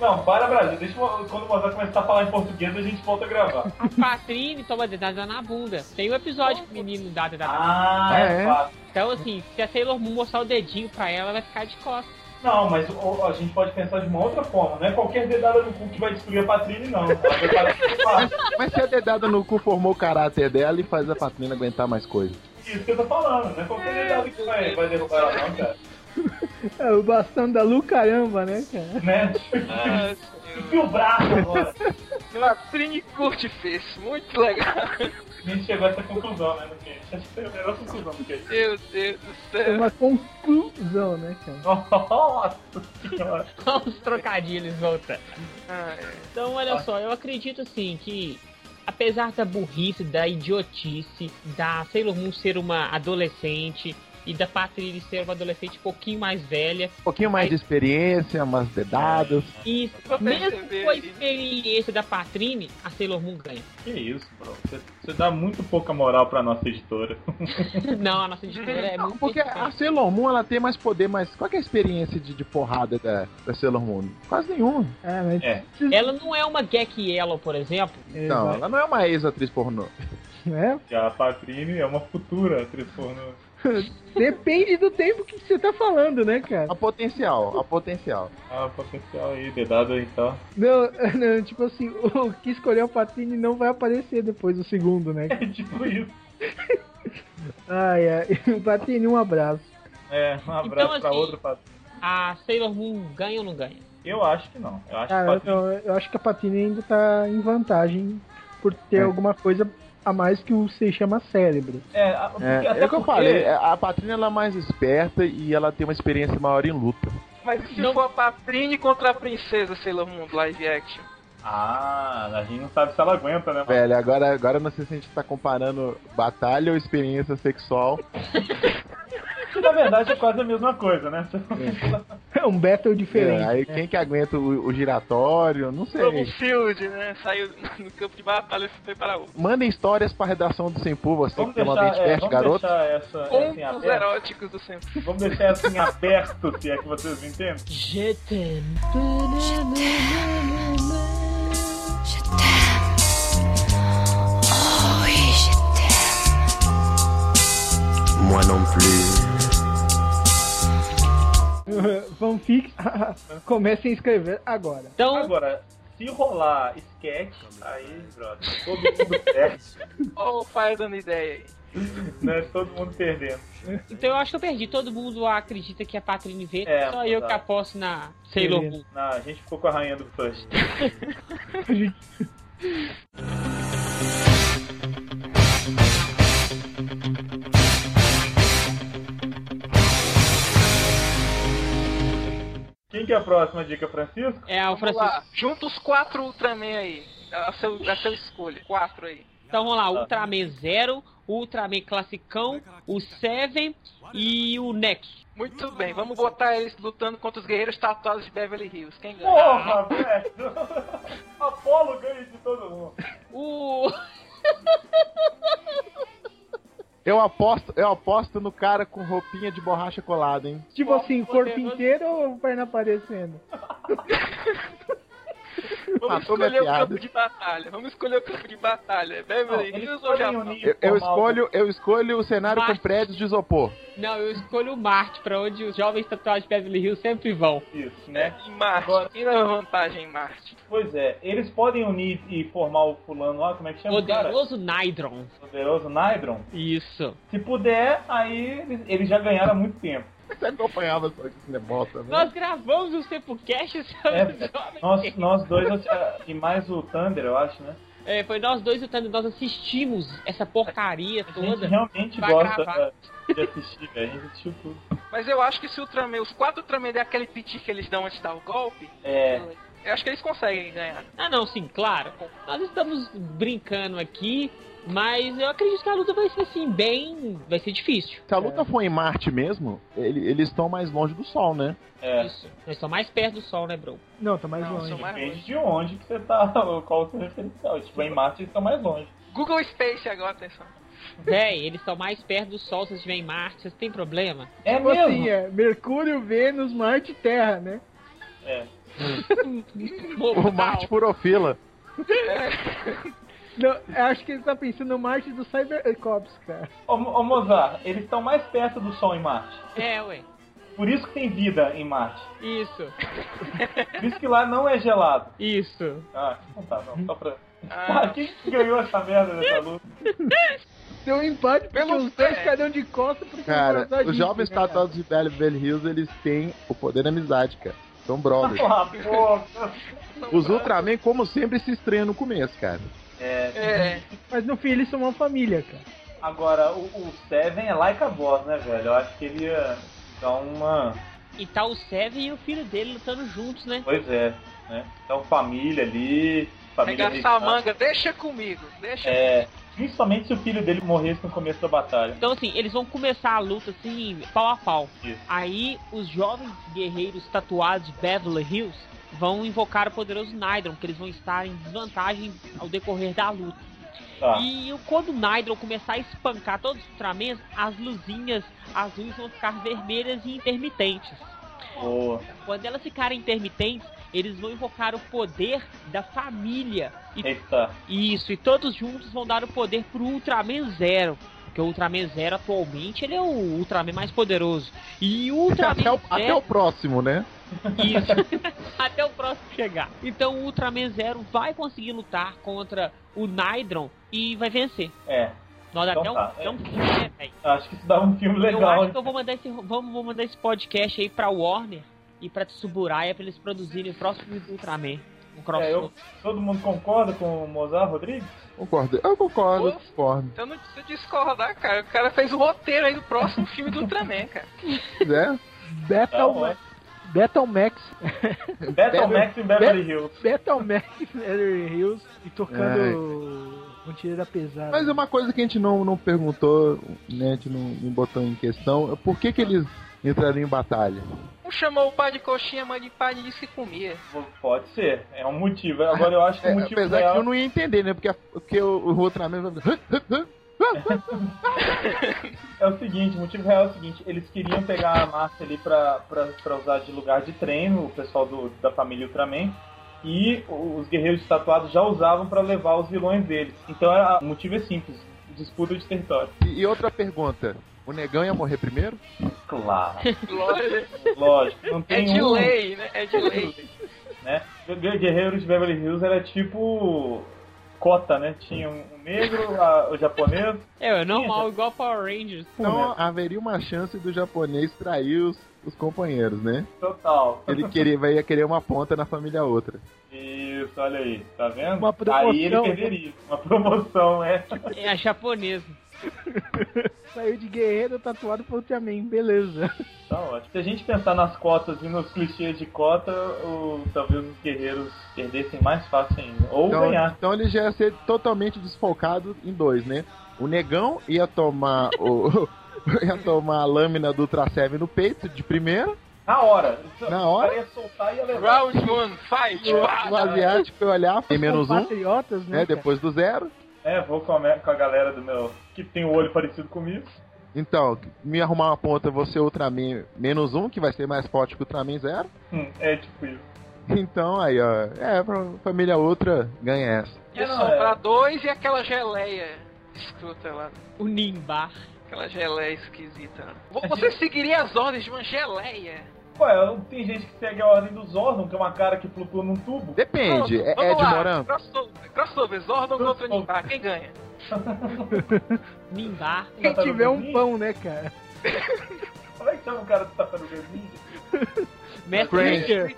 Speaker 1: Não, para Brasil, deixa eu- quando o Mozart começar a falar em português, a gente volta a gravar.
Speaker 2: A Patrícia toma dedada na bunda. Tem um episódio que o menino dá dedada.
Speaker 1: Ah,
Speaker 4: É,
Speaker 1: é,
Speaker 4: é?
Speaker 1: fácil.
Speaker 2: Então, assim, se a Sailor Moon mostrar o dedinho pra ela, ela vai ficar de costas.
Speaker 1: Não, mas o- a gente pode pensar de uma outra forma, não é qualquer dedada no cu que vai destruir a é Patrícia, não. Ela vai parar de falar.
Speaker 4: Mas se a dedada no cu formou o caráter dela e faz a Patrícia aguentar mais coisa.
Speaker 1: Isso que eu tô falando, não é qualquer dedada que vai, vai derrubar ela, não, cara.
Speaker 3: É, o bastão da Lu, caramba, né, cara?
Speaker 1: Né?
Speaker 5: Ah,
Speaker 1: E o braço agora?
Speaker 5: Patrinha curte fez. Muito legal.
Speaker 1: A gente chegou a essa conclusão, né? No que? Acho que foi a melhor conclusão do que.
Speaker 5: Meu Deus do
Speaker 3: É
Speaker 5: céu.
Speaker 3: uma conclusão, né, cara?
Speaker 1: Nossa senhora.
Speaker 2: Olha os trocadilhos, volta.
Speaker 5: Ah,
Speaker 2: Então, olha só, eu acredito assim que, apesar da burrice, da idiotice, da Sailor Moon ser uma adolescente e da Patrícia ser uma adolescente um pouquinho mais velha,
Speaker 4: Um pouquinho mais de experiência, umas dedadas.
Speaker 2: e
Speaker 5: Pra
Speaker 2: mesmo
Speaker 5: perceber
Speaker 2: com a
Speaker 5: isso.
Speaker 2: experiência da Patrine, a Sailor Moon ganha.
Speaker 1: Que isso, bro. Você, você dá muito pouca moral pra nossa editora.
Speaker 2: Não, a nossa editora é muito.
Speaker 4: Porque a Sailor Moon ela tem mais poder, mas qual que é a experiência de, de porrada da, da Sailor Moon? Quase nenhuma.
Speaker 3: É, mas
Speaker 1: É.
Speaker 2: Ela não é uma Gek Yellow, por exemplo.
Speaker 3: Então,
Speaker 4: Não, ela não é uma ex-atriz pornô.
Speaker 3: É,
Speaker 1: Já a Patrine é uma futura atriz pornô.
Speaker 3: depende do tempo que você tá falando, né, cara?
Speaker 4: A potencial, a potencial.
Speaker 1: Ah, potencial aí, dedada então.
Speaker 3: Não, não, tipo assim, o que escolheu o Patini não vai aparecer depois do segundo, né?
Speaker 1: É tipo isso.
Speaker 3: Ai, ai. Patini, um abraço.
Speaker 1: É, um abraço
Speaker 2: Então,
Speaker 1: pra
Speaker 2: assim-
Speaker 1: outro Patrine.
Speaker 2: A Sailor Moon ganha ou não ganha?
Speaker 1: Eu acho que não. Eu acho que
Speaker 3: Cara,
Speaker 1: Patrine...
Speaker 3: não, eu acho que a Patini ainda tá em vantagem por ter
Speaker 4: É.
Speaker 3: alguma coisa a mais que o se chama cérebro.
Speaker 1: É, a- porque-
Speaker 4: É,
Speaker 1: até
Speaker 4: é o que eu
Speaker 1: porque-
Speaker 4: falei, a Patrícia ela é mais esperta e ela tem uma experiência maior em luta.
Speaker 5: Mas se
Speaker 2: Não.
Speaker 5: for a Patrinha contra a princesa Sailor Moon live action.
Speaker 1: Ah, a gente não sabe se ela aguenta, né?
Speaker 4: Velho, agora, agora eu não sei se a gente tá comparando batalha ou experiência sexual.
Speaker 1: Que na verdade é quase a mesma coisa, né?
Speaker 3: É um battle
Speaker 4: É,
Speaker 3: diferente.
Speaker 4: aí quem que aguenta o, o giratório, não
Speaker 5: Como
Speaker 4: sei.
Speaker 5: Field, né? Saiu no campo de batalha e se foi para o
Speaker 4: Mandem histórias pra redação do Sempu, você
Speaker 1: Vamos
Speaker 4: que tem uma mente
Speaker 1: deixar, é,
Speaker 4: fértil,
Speaker 1: vamos
Speaker 4: garoto.
Speaker 1: deixar essa, essa em
Speaker 5: Contos
Speaker 1: aberto.
Speaker 5: eróticos do sempre.
Speaker 1: Vamos deixar essa em aberto, se é que vocês me entendem.
Speaker 2: Jeten.
Speaker 3: Fanfic, comecem a escrever agora.
Speaker 2: Então,
Speaker 1: Agora, se rolar sketch, aí, brother, todo mundo perde.
Speaker 5: Olha o pai dando ideia aí.
Speaker 1: né? Todo mundo perdendo.
Speaker 2: então eu acho que eu perdi. Todo mundo acredita que a Patrine vê.
Speaker 1: É,
Speaker 2: só eu que
Speaker 1: exato.
Speaker 2: aposto na Sailor Moon.
Speaker 1: Não, Ah, a gente ficou com a rainha do Flush. Quem que é a próxima dica, Então, Francisco?
Speaker 2: É o
Speaker 5: Vamos
Speaker 2: Francisco.
Speaker 5: lá, junta os quatro Ultraman aí. A seu, a seu escolha. Quatro aí.
Speaker 2: Então
Speaker 1: Ah.
Speaker 2: vamos lá, Ultraman Zero, Ultraman Classicão, o Seven e o Nexus.
Speaker 5: Muito bem, vamos botar eles lutando contra os guerreiros tatuados de Beverly Hills. Quem ganha?
Speaker 1: Porra, velho! Apolo ganha de todo mundo.
Speaker 2: O.
Speaker 4: Eu aposto, eu aposto no cara com roupinha de borracha colada, hein?
Speaker 3: Tipo assim, o corpo inteiro ou perna aparecendo?
Speaker 5: Vamos
Speaker 4: Matou minha
Speaker 5: escolher o
Speaker 4: piada.
Speaker 5: campo de batalha. Vamos escolher o campo de batalha. É
Speaker 1: Não,
Speaker 5: Beverly
Speaker 1: eles
Speaker 5: Hills ou
Speaker 1: podem
Speaker 5: Japão?
Speaker 1: unir
Speaker 4: Eu, eu
Speaker 1: formal-
Speaker 4: escolho, eu escolho o cenário com
Speaker 2: Marte.
Speaker 4: prédios de isopor.
Speaker 2: Não, eu escolho o Marte, pra onde os jovens tatuados de Beverly Hills sempre vão.
Speaker 1: Isso, né?
Speaker 5: Em Marte. Quem leva vantagem em Marte?
Speaker 1: Pois é, eles podem unir e formar o fulano lá, como é que chama o cara?
Speaker 2: Poderoso Nydron.
Speaker 1: Poderoso Nydron.
Speaker 2: Isso.
Speaker 1: Se puder, aí eles, eles já ganharam há muito tempo.
Speaker 4: Sabe que eu apanhava só que esse negócio, né?
Speaker 2: Nós gravamos um Sepulcast sobre
Speaker 1: É,
Speaker 2: os jovens.
Speaker 1: Nós, nós dois, eu tinha- e mais o Thunder, eu acho, né?
Speaker 2: É, foi nós dois lutando, nós assistimos essa porcaria
Speaker 1: A gente
Speaker 2: toda.
Speaker 1: realmente
Speaker 2: Vai
Speaker 1: gosta
Speaker 2: gravar.
Speaker 1: da- de assistir, velho. A gente assistiu tudo.
Speaker 5: Mas eu acho que se o Ultraman, os quatro Ultraman der aquele piti que eles dão antes de dar o golpe,
Speaker 1: É,
Speaker 5: eu acho que eles conseguem ganhar.
Speaker 2: Ah, não, sim, claro. Nós estamos brincando aqui, mas eu acredito que a luta vai ser assim, bem. vai ser difícil.
Speaker 4: Se a
Speaker 1: É.
Speaker 4: luta for em Marte mesmo, ele- eles estão mais longe do Sol, né?
Speaker 1: é.
Speaker 2: Isso. Nós estamos mais perto do sol, né, bro?
Speaker 3: Não, tá mais
Speaker 5: Não,
Speaker 3: longe.
Speaker 5: são mais
Speaker 1: Depende
Speaker 5: longe.
Speaker 1: de onde que você tá, qual o seu referencial. Tipo, em Marte eles estão mais longe.
Speaker 5: Google Space agora, atenção.
Speaker 2: Véi, eles estão mais perto do sol, se estiver em Marte, vocês têm problema?
Speaker 1: É
Speaker 3: Tipo assim,
Speaker 1: mesmo?
Speaker 3: é Mercúrio, Vênus, Marte e Terra, né?
Speaker 1: É.
Speaker 4: O
Speaker 2: Mortal.
Speaker 4: Marte furofila.
Speaker 3: Não, eu acho que ele tá pensando no Marte do Cybercops, cara.
Speaker 1: Ô, Mo- ô, Mozart, eles estão mais perto do Sol em Marte.
Speaker 2: É, ué.
Speaker 1: Por isso que tem vida em Marte.
Speaker 2: Isso,
Speaker 1: Por isso que lá não é gelado.
Speaker 2: isso.
Speaker 1: Ah, não tá, não. Só pra...
Speaker 5: Ah,
Speaker 1: Ah, quem que ganhou essa merda dessa luta?
Speaker 3: Deu um empate porque
Speaker 5: Pelo
Speaker 3: os dois
Speaker 5: pé.
Speaker 3: caíram de costas porque
Speaker 1: é
Speaker 4: Cara,
Speaker 3: abraçaram
Speaker 4: os
Speaker 3: a
Speaker 4: jovens tá
Speaker 3: gente, né, cara?
Speaker 4: tatuados de Beverly Hills, eles têm o poder da amizade, cara. São brothers.
Speaker 1: Ah, porra.
Speaker 4: Os Ultraman, como sempre, se estranham no começo, cara.
Speaker 1: É,
Speaker 5: é.
Speaker 3: Mas no fim eles são uma família, cara.
Speaker 1: agora, o, o Seven é like a boss, né, velho? Eu acho que ele ia dar uma...
Speaker 2: E tá o Seven e o filho dele lutando juntos, né?
Speaker 1: Pois é, né? Então, família ali... Família
Speaker 5: Arregaçar a
Speaker 1: americana.
Speaker 5: manga, deixa comigo, deixa
Speaker 1: É, principalmente se o filho dele morresse no começo da batalha.
Speaker 2: Então, assim, eles vão começar a luta, assim, pau a pau.
Speaker 1: Isso.
Speaker 2: Aí, os jovens guerreiros tatuados de Beverly Hills vão invocar o poderoso Nydron, que eles vão estar em desvantagem ao decorrer da luta.
Speaker 1: Tá.
Speaker 2: E eu- quando o Nydron começar a espancar todos os Ultramans, as luzinhas azuis vão ficar vermelhas e intermitentes.
Speaker 1: Boa.
Speaker 2: Quando elas ficarem intermitentes, eles vão invocar o poder da família.
Speaker 1: Eita.
Speaker 2: Isso, e todos juntos vão dar o poder pro Ultraman Zero. Porque o Ultraman Zero atualmente ele é o Ultraman mais poderoso. E o
Speaker 1: Tá
Speaker 2: Ultraman
Speaker 4: Até o, até
Speaker 1: é.
Speaker 2: Zero.
Speaker 4: o próximo, né?
Speaker 2: Isso. até o próximo chegar. Então o Ultraman Zero vai conseguir lutar contra o Nydron e vai vencer.
Speaker 1: É,
Speaker 2: Nós
Speaker 1: Então
Speaker 2: até um,
Speaker 1: tá,
Speaker 2: até um
Speaker 1: é.
Speaker 2: filme, né, velho?
Speaker 1: acho que isso dá um filme
Speaker 2: Eu
Speaker 1: legal.
Speaker 2: acho
Speaker 1: hein?
Speaker 2: que eu vou mandar esse, vamos, vou mandar esse podcast aí pra Warner e pra Tsuburaya pra eles produzirem o próximo Ultraman. Um crossover.
Speaker 1: É, eu- Todo mundo concorda com o Mozart Rodrigues?
Speaker 4: Concordo. Eu concordo,
Speaker 5: Ufa.
Speaker 4: concordo.
Speaker 5: Eu Então, não preciso discordar, cara. O cara fez o roteiro aí do próximo filme do Ultraman, cara.
Speaker 4: Né?
Speaker 1: Não,
Speaker 3: Battle,
Speaker 1: é.
Speaker 3: Battle Max,
Speaker 1: Battle
Speaker 4: Battle-
Speaker 1: Max em Beverly Hills.
Speaker 3: Battle Max, Beverly Hills e tocando um tiro da pesada.
Speaker 4: Mas é uma coisa que a gente não, não perguntou, né? A gente não, não botou em questão, é por que, que eles entrariam em batalha?
Speaker 5: Um chamou o pai de coxinha, mãe de pai e disse que comia.
Speaker 1: Pode ser, é um motivo. Agora eu acho que
Speaker 4: É,
Speaker 1: o motivo
Speaker 4: apesar
Speaker 1: real...
Speaker 4: que eu não ia entender, né? Porque, a- porque o, o Ultraman vai ficar, "Hã, hã, hã?"
Speaker 1: é o seguinte, o motivo real é o seguinte, eles queriam pegar a Marte ali pra, pra, pra usar de lugar de treino, o pessoal do, da família Ultraman, e os guerreiros tatuados já usavam pra levar os vilões deles. Então era- o motivo é simples, disputa de território.
Speaker 4: E, e outra pergunta: O negão ia morrer primeiro?
Speaker 1: Claro,
Speaker 5: Lógico.
Speaker 1: lógico. Não
Speaker 5: É
Speaker 1: tem
Speaker 5: de
Speaker 1: um,
Speaker 5: lei, né? É de lei.
Speaker 1: né? Guerre- Guerreiros de Beverly Hills era tipo cota, né? Tinha um negro, a- o japonês.
Speaker 2: É, é normal, igual Power Rangers.
Speaker 4: Então haveria uma chance do japonês trair os, os companheiros, né?
Speaker 1: Total.
Speaker 4: Ele queria, vai- ia querer uma ponta na família outra.
Speaker 1: Isso, olha aí, tá vendo?
Speaker 3: Uma promoção, né?
Speaker 1: aí ele perderia. Uma promoção, é.
Speaker 2: É a japonesa.
Speaker 3: Saiu de guerreiro tatuado pro Ultraman, beleza.
Speaker 1: Tá ótimo. Se a gente pensar nas cotas e nos clichês de cota, o, talvez os guerreiros perdessem mais fácil ainda. Ou
Speaker 4: Então,
Speaker 1: ganhar.
Speaker 4: então ele já ia ser totalmente desfocado em dois, né? O negão ia tomar o. ia tomar a lâmina do Ultrasev no peito de primeira.
Speaker 1: Na hora. Isso-
Speaker 4: Na hora?
Speaker 1: o cara ia soltar e ia levar.
Speaker 5: Round one, fight!
Speaker 4: O,
Speaker 1: Ah,
Speaker 5: Pá!
Speaker 4: o asiático ia olhar, tem menos um,
Speaker 3: Patriotas, né?
Speaker 4: né? Depois do zero.
Speaker 1: É, vou com a, me- com a galera do meu. que tem o olho parecido comigo.
Speaker 4: Então, me arrumar uma ponta, você Ultraman menos um, que vai ser mais forte que o Ultraman zero.
Speaker 1: Hum, é tipo isso.
Speaker 4: Então aí, ó. É, pra família outra ganha essa.
Speaker 5: Ia
Speaker 1: Não, é.
Speaker 5: sobrar dois e aquela geleia escrota lá.
Speaker 2: O Nimbar.
Speaker 5: Aquela geleia esquisita.
Speaker 1: É
Speaker 5: Vo- Você seguiria as ordens de uma geleia?
Speaker 1: Ué, tem gente que segue a ordem dos órgãos, que é uma cara que flutua num tubo.
Speaker 4: Depende,
Speaker 5: Pronto,
Speaker 4: é, é
Speaker 5: vamos
Speaker 4: de
Speaker 5: lá.
Speaker 4: morango?
Speaker 5: Crossover, crossover Zordon contra
Speaker 1: Crossover.
Speaker 5: Nimbar. Quem ganha?
Speaker 2: Nimbar.
Speaker 3: Quem tiver um pão, né, cara?
Speaker 1: Como é que chama o cara do Tartaruga Ninja?
Speaker 2: Messenger.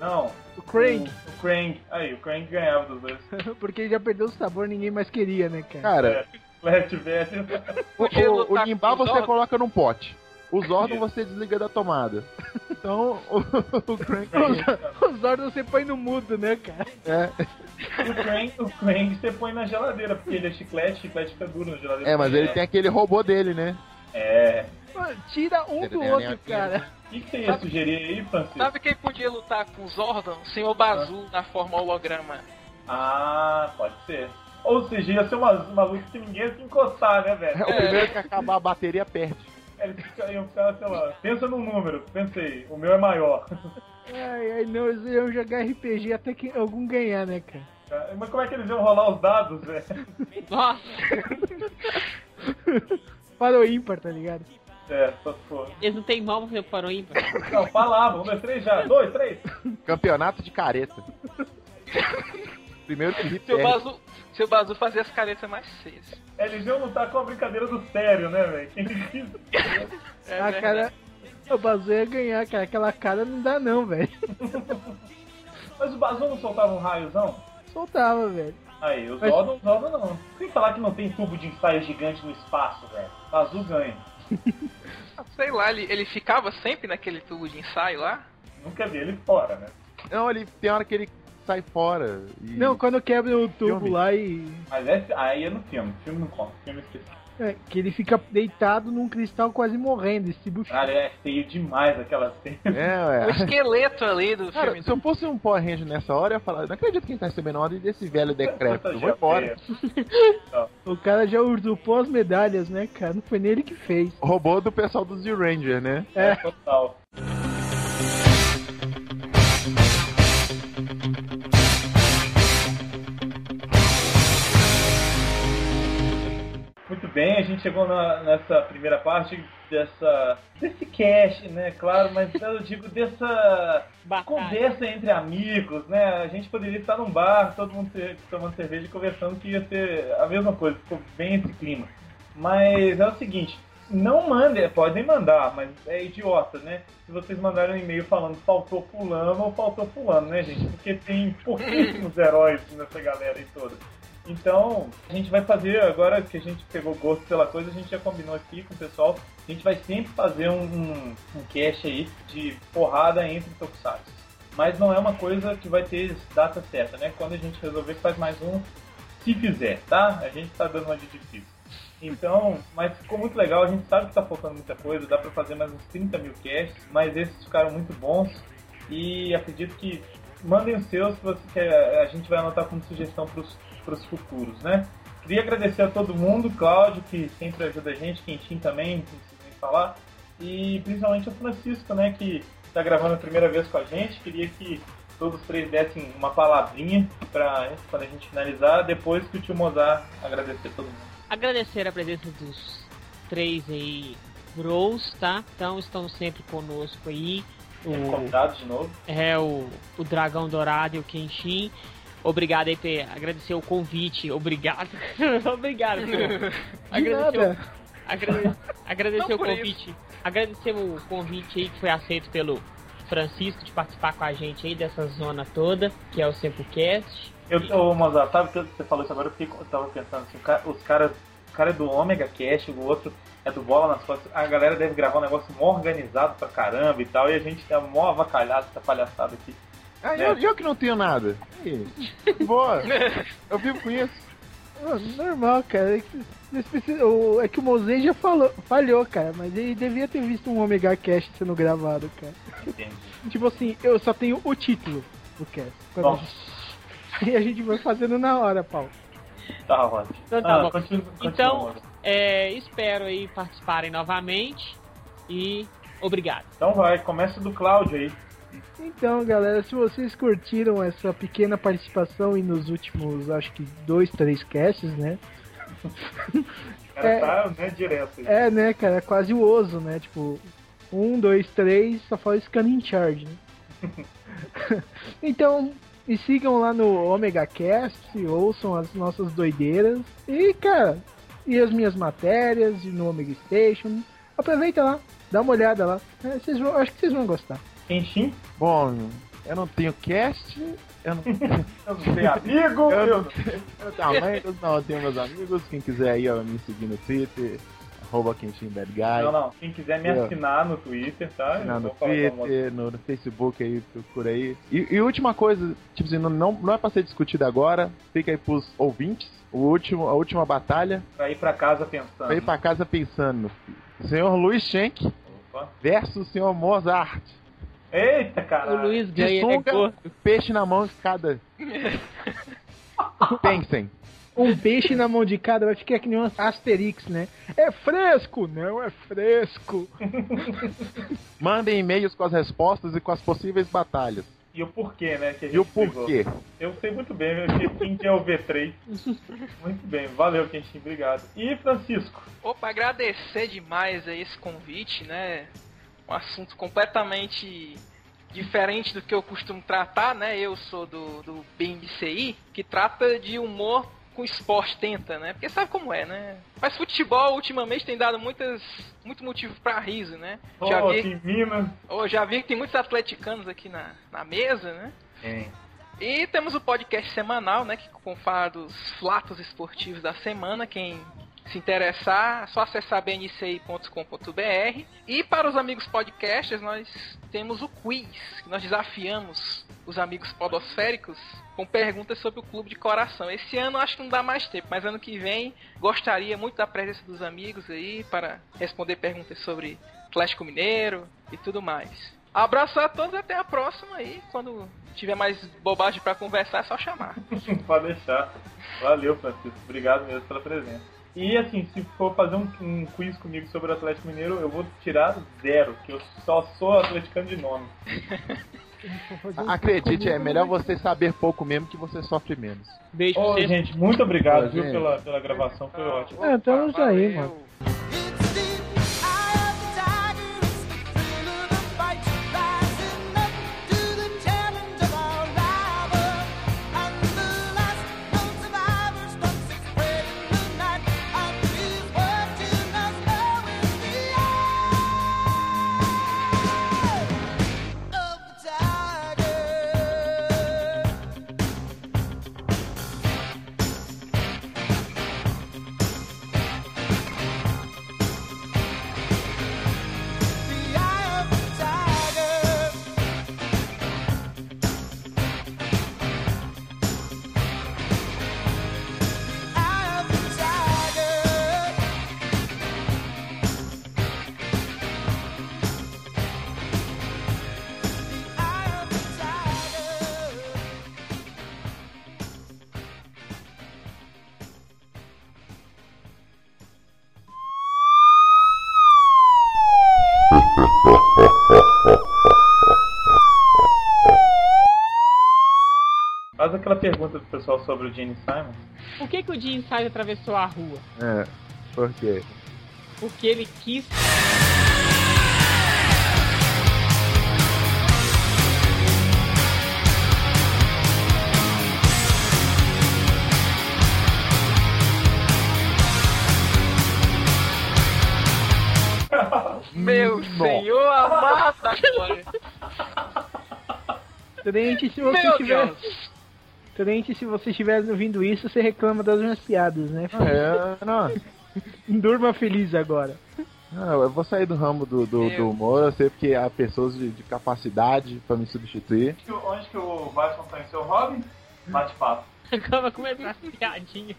Speaker 1: Não.
Speaker 3: O Crank.
Speaker 1: O, o Krang. Aí, o Krang ganhava dos dois.
Speaker 3: Porque ele já perdeu o sabor, ninguém mais queria, né, cara?
Speaker 4: Cara,
Speaker 5: É, tipo,
Speaker 1: Left velho.
Speaker 4: O,
Speaker 5: Podia
Speaker 4: o, o
Speaker 5: lutar
Speaker 4: Nimbá
Speaker 5: tá com os
Speaker 4: você
Speaker 5: Zordon.
Speaker 4: coloca num pote. O Zordon
Speaker 1: Isso.
Speaker 4: você desliga da tomada. Então, o, o Crank.
Speaker 3: Os Zordon você põe no mudo, né, cara?
Speaker 4: É,
Speaker 1: O Krang, o Krang você põe na geladeira, porque ele é chiclete, chiclete fica duro na geladeira.
Speaker 4: é, mas ele tem aquele robô dele, né?
Speaker 1: É.
Speaker 3: Mano, Tira um do
Speaker 4: Ele tem a linha né?
Speaker 3: outro, cara.
Speaker 1: O que, que você ia sugerir aí, Francisco?
Speaker 5: Sabe quem podia lutar com o Zordon? O Senhor Bazu na forma holograma.
Speaker 1: Ah, pode ser. Ou seja, ia ser uma, uma luta que ninguém ia se encostar, né, velho?
Speaker 4: É, O primeiro que acabar a bateria perde.
Speaker 1: Eles ficam- iam ficar, sei lá, pensa num número, pensei, o meu é maior.
Speaker 3: Ai, ai, não, eles iam um jogar RPG até que algum ganhar, né, cara?
Speaker 1: Mas como é que eles iam rolar os dados, velho?
Speaker 2: Nossa,
Speaker 3: Para o ímpar, tá ligado?
Speaker 1: É, só se for.
Speaker 2: eles não tem mal pra fazer o Power Rangers.
Speaker 1: Não, falava, um, dois, três já, dois, três.
Speaker 4: Campeonato de careta. Primeiro que ri
Speaker 5: Seu
Speaker 4: perde.
Speaker 5: Bazu, seu Bazu fazia as caretas mais feias.
Speaker 1: Eles iam lutar tá com a brincadeira do sério, né, velho? Quem diz?
Speaker 5: É
Speaker 4: Ah,
Speaker 3: a
Speaker 5: verdade.
Speaker 3: cara. O Bazu ia ganhar, cara. Aquela cara não dá, não, velho.
Speaker 1: Mas o Bazon não soltava um raiozão?
Speaker 3: Soltava, velho.
Speaker 1: Aí, os
Speaker 3: Mas-
Speaker 1: Zordon, Zordon não. Sem falar que não tem tubo de ensaio gigante no espaço, velho. Azul ganha.
Speaker 5: Sei lá, ele, ele ficava sempre naquele tubo de ensaio lá.
Speaker 1: Nunca vi ele fora, né?
Speaker 4: Não, ele tem hora que ele sai fora. e-
Speaker 3: Não, quando quebra o tubo
Speaker 4: Filme.
Speaker 3: lá e.
Speaker 1: Mas essa, aí é no filme. Filme não conta. Filme esqueci.
Speaker 3: é, que ele fica deitado num cristal quase morrendo, esse bucho.
Speaker 5: Ah.
Speaker 1: Cara, é feio demais aquela cena.
Speaker 5: O
Speaker 4: É, é.
Speaker 5: esqueleto ali do
Speaker 4: Cara,
Speaker 5: filme.
Speaker 4: se eu fosse um Power Ranger nessa hora, eu ia falar, não acredito que ele tá recebendo ordem desse velho decrépito. Eu Vou embora.
Speaker 3: O cara já usurpou as medalhas, né, cara? Não foi nele que fez.
Speaker 4: Robô do pessoal do Z-Ranger, né?
Speaker 1: É, é, total. Muito bem, a gente chegou na- nessa primeira parte dessa desse cast, né? Claro, mas eu digo dessa
Speaker 2: Batalha.
Speaker 1: conversa entre amigos, né? A gente poderia estar num bar, todo mundo ce- tomando cerveja e conversando que ia ser a mesma coisa, ficou bem esse clima. Mas é o seguinte, não mandem, podem mandar, mas é idiota, né? Se vocês mandarem um e-mail falando faltou fulano ou faltou fulano, né, gente? Porque tem pouquíssimos heróis nessa galera aí toda. Então, a gente vai fazer, agora que a gente pegou gosto pela coisa, a gente já combinou aqui com o pessoal, a gente vai sempre fazer um, um, um cast aí de porrada entre Tokusatsu. Mas não é uma coisa que vai ter data certa, né? Quando a gente resolver, faz mais um, se fizer, tá? A gente tá dando uma de difícil. Então, mas ficou muito legal, a gente sabe que tá faltando muita coisa, dá pra fazer mais uns 30 mil casts, mas esses ficaram muito bons e acredito que mandem os seus, se você quer, a gente vai anotar como sugestão pros, pros futuros, né? Queria agradecer a todo mundo, Cláudio, que sempre ajuda a gente, Quentin também, não preciso nem falar, e principalmente o Francisco, né, que tá gravando a primeira vez com a gente, queria que todos os três dessem uma palavrinha pra quando a gente finalizar, depois que o tio Mozart agradecer todo mundo.
Speaker 2: Agradecer a presença dos três aí bros, tá? Então estão sempre conosco aí.
Speaker 1: Temos
Speaker 2: O,
Speaker 1: convidados de novo.
Speaker 2: é o, o Dragão Dourado e o Kenshin. Obrigado aí, Pê. Agradecer o convite. Obrigado. Obrigado, Pê.
Speaker 3: De
Speaker 2: Agradecer,
Speaker 3: nada.
Speaker 2: o, agrade- agradecer
Speaker 5: Não
Speaker 2: o
Speaker 5: por isso.
Speaker 2: convite. Agradecer o convite aí que foi aceito pelo Francisco de participar com a gente aí dessa zona toda, que é o Sempocast.
Speaker 1: Eu, ô, Mozart, sabe que você falou isso agora? Eu, fiquei, eu tava pensando assim, o ca- os caras. O cara é do Omega Cash, o outro é do Bola nas Costas. A galera deve gravar um negócio mó organizado pra caramba e tal. E a gente tá mó avacalhado, essa palhaçada aqui.
Speaker 4: Ah, eu, eu que não tenho nada. Ih, Boa. Eu vivo com isso.
Speaker 3: Ô, Ah, Normal, cara. É que, vocês precisam- o- é que o Mosei já falou, falhou, cara. Mas ele devia ter visto um Omega Cast sendo gravado, cara.
Speaker 1: Entende?
Speaker 3: Tipo assim, eu só tenho o título do cast.
Speaker 2: Tá
Speaker 3: Quando a
Speaker 1: Nossa.
Speaker 3: gente- Aí a gente vai fazendo na hora, Paulo.
Speaker 1: Tá, ótimo.
Speaker 2: Então tá bom.
Speaker 1: continua- continua,
Speaker 2: Então-
Speaker 1: Mozart.
Speaker 2: É, espero aí participarem novamente. E obrigado.
Speaker 1: Então vai, começa do Cláudio aí.
Speaker 3: Então, galera, se vocês curtiram essa pequena participação e nos últimos, acho que dois, três casts, né?
Speaker 1: O cara
Speaker 3: É.
Speaker 1: tá, né, direto aí.
Speaker 3: É, né, cara? É quase o oso, né? Tipo, um, dois, três, só fala Scanning Charge, né? então, me sigam lá no Omega Cast, ouçam as nossas doideiras. E, cara, e as minhas matérias, e no Omega Station. Aproveita lá, dá uma olhada lá. É, vocês vão, acho que vocês vão gostar.
Speaker 1: Enfim,
Speaker 4: Bom, eu não tenho cast, eu não
Speaker 1: eu não tenho amigo,
Speaker 4: Eu
Speaker 1: eu
Speaker 4: não Eu também, eu não, eu tenho meus amigos. Quem quiser aí, ó, me seguir no Twitter, arroba Quentinho Bad Guy.
Speaker 1: Não, não. Quem quiser me
Speaker 4: Eu.
Speaker 1: assinar no Twitter, tá?
Speaker 4: Assinar
Speaker 1: Eu
Speaker 4: no
Speaker 1: vou falar com a moça.
Speaker 4: Twitter, no, no Facebook aí, procura aí. E, e última coisa, tipo assim, não, não, não é pra ser discutida agora, fica aí pros ouvintes. O último, a última batalha,
Speaker 1: Pra ir pra casa pensando.
Speaker 4: veio pra casa pensando. Senhor Luiz Schenck
Speaker 1: Opa.
Speaker 4: versus Senhor Mozart.
Speaker 1: Eita,
Speaker 2: O
Speaker 1: caralho.
Speaker 2: Luiz
Speaker 4: De
Speaker 2: ganha, ele é
Speaker 4: sunga,
Speaker 2: gordo.
Speaker 4: peixe na mão de cada. Pensem.
Speaker 3: Um peixe na mão de cada vai ficar que nem um Asterix, né? É fresco! Não é fresco!
Speaker 4: Mandem e-mails com as respostas e com as possíveis batalhas.
Speaker 1: E o porquê, né? Que a gente
Speaker 4: E o
Speaker 1: pegou.
Speaker 4: porquê.
Speaker 1: Eu sei muito bem, meu Quentin, que é o V3. Muito bem, valeu, Quentin, obrigado. E Francisco?
Speaker 5: Opa, agradecer demais a esse convite, né? Um assunto completamente diferente do que eu costumo tratar, né? Eu sou do, do BNCI, que trata de humor com esporte, tenta, né? Porque sabe como é, né? Mas futebol ultimamente tem dado muitas, muito motivo pra riso, né? Já
Speaker 1: oh,
Speaker 5: vi-
Speaker 1: em Minas.
Speaker 5: Eu já vi que tem muitos atleticanos aqui na, na mesa, né? E temos o podcast semanal, né? Que com fala dos flatos esportivos da semana. Quem se interessar, é só acessar bnci.com.br. E para os amigos podcasters, nós temos o quiz. que Nós desafiamos os amigos podosféricos com perguntas sobre o clube de coração. Esse ano acho que não dá mais tempo, mas ano que vem gostaria muito da presença dos amigos aí para responder perguntas sobre Atlético Mineiro e tudo mais. Abraço a todos, até a próxima aí. Quando tiver mais bobagem pra conversar, é só chamar.
Speaker 1: Pode deixar. Valeu, Francisco. Obrigado mesmo pela presença. E assim, se for fazer um, um quiz comigo sobre o Atlético Mineiro, eu vou tirar zero, que eu só sou atleticano de nome.
Speaker 4: Acredite, é melhor você saber pouco mesmo que você sofre menos.
Speaker 2: Beijo pra
Speaker 1: Ô,
Speaker 2: vocês.
Speaker 1: gente, muito obrigado,
Speaker 4: Ô,
Speaker 1: viu,
Speaker 4: gente.
Speaker 1: pela, pela gravação, foi ótimo.
Speaker 3: É, então
Speaker 5: Opa,
Speaker 3: tá aí,
Speaker 5: valeu.
Speaker 3: mano.
Speaker 1: Faz aquela pergunta do pessoal sobre o Gene Simon.
Speaker 2: Por que, que o Jim Insider atravessou a rua?
Speaker 4: É, por quê?
Speaker 2: porque ele quis.
Speaker 5: Meu senhor amado!
Speaker 3: Trente, se você
Speaker 5: Meu
Speaker 3: tiver.
Speaker 5: Deus!
Speaker 3: Trente, se você estiver ouvindo isso, você reclama das minhas piadas, né?
Speaker 4: É, não.
Speaker 3: Durma feliz agora.
Speaker 4: Não, eu vou sair do ramo do, do, do
Speaker 5: Eu-
Speaker 4: humor, eu sei porque há pessoas de, de capacidade pra me substituir.
Speaker 1: Onde que, o- onde que o Batman conheceu o Robin? Bate-papo.
Speaker 2: Acaba com uma piadinha.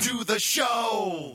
Speaker 9: to the show.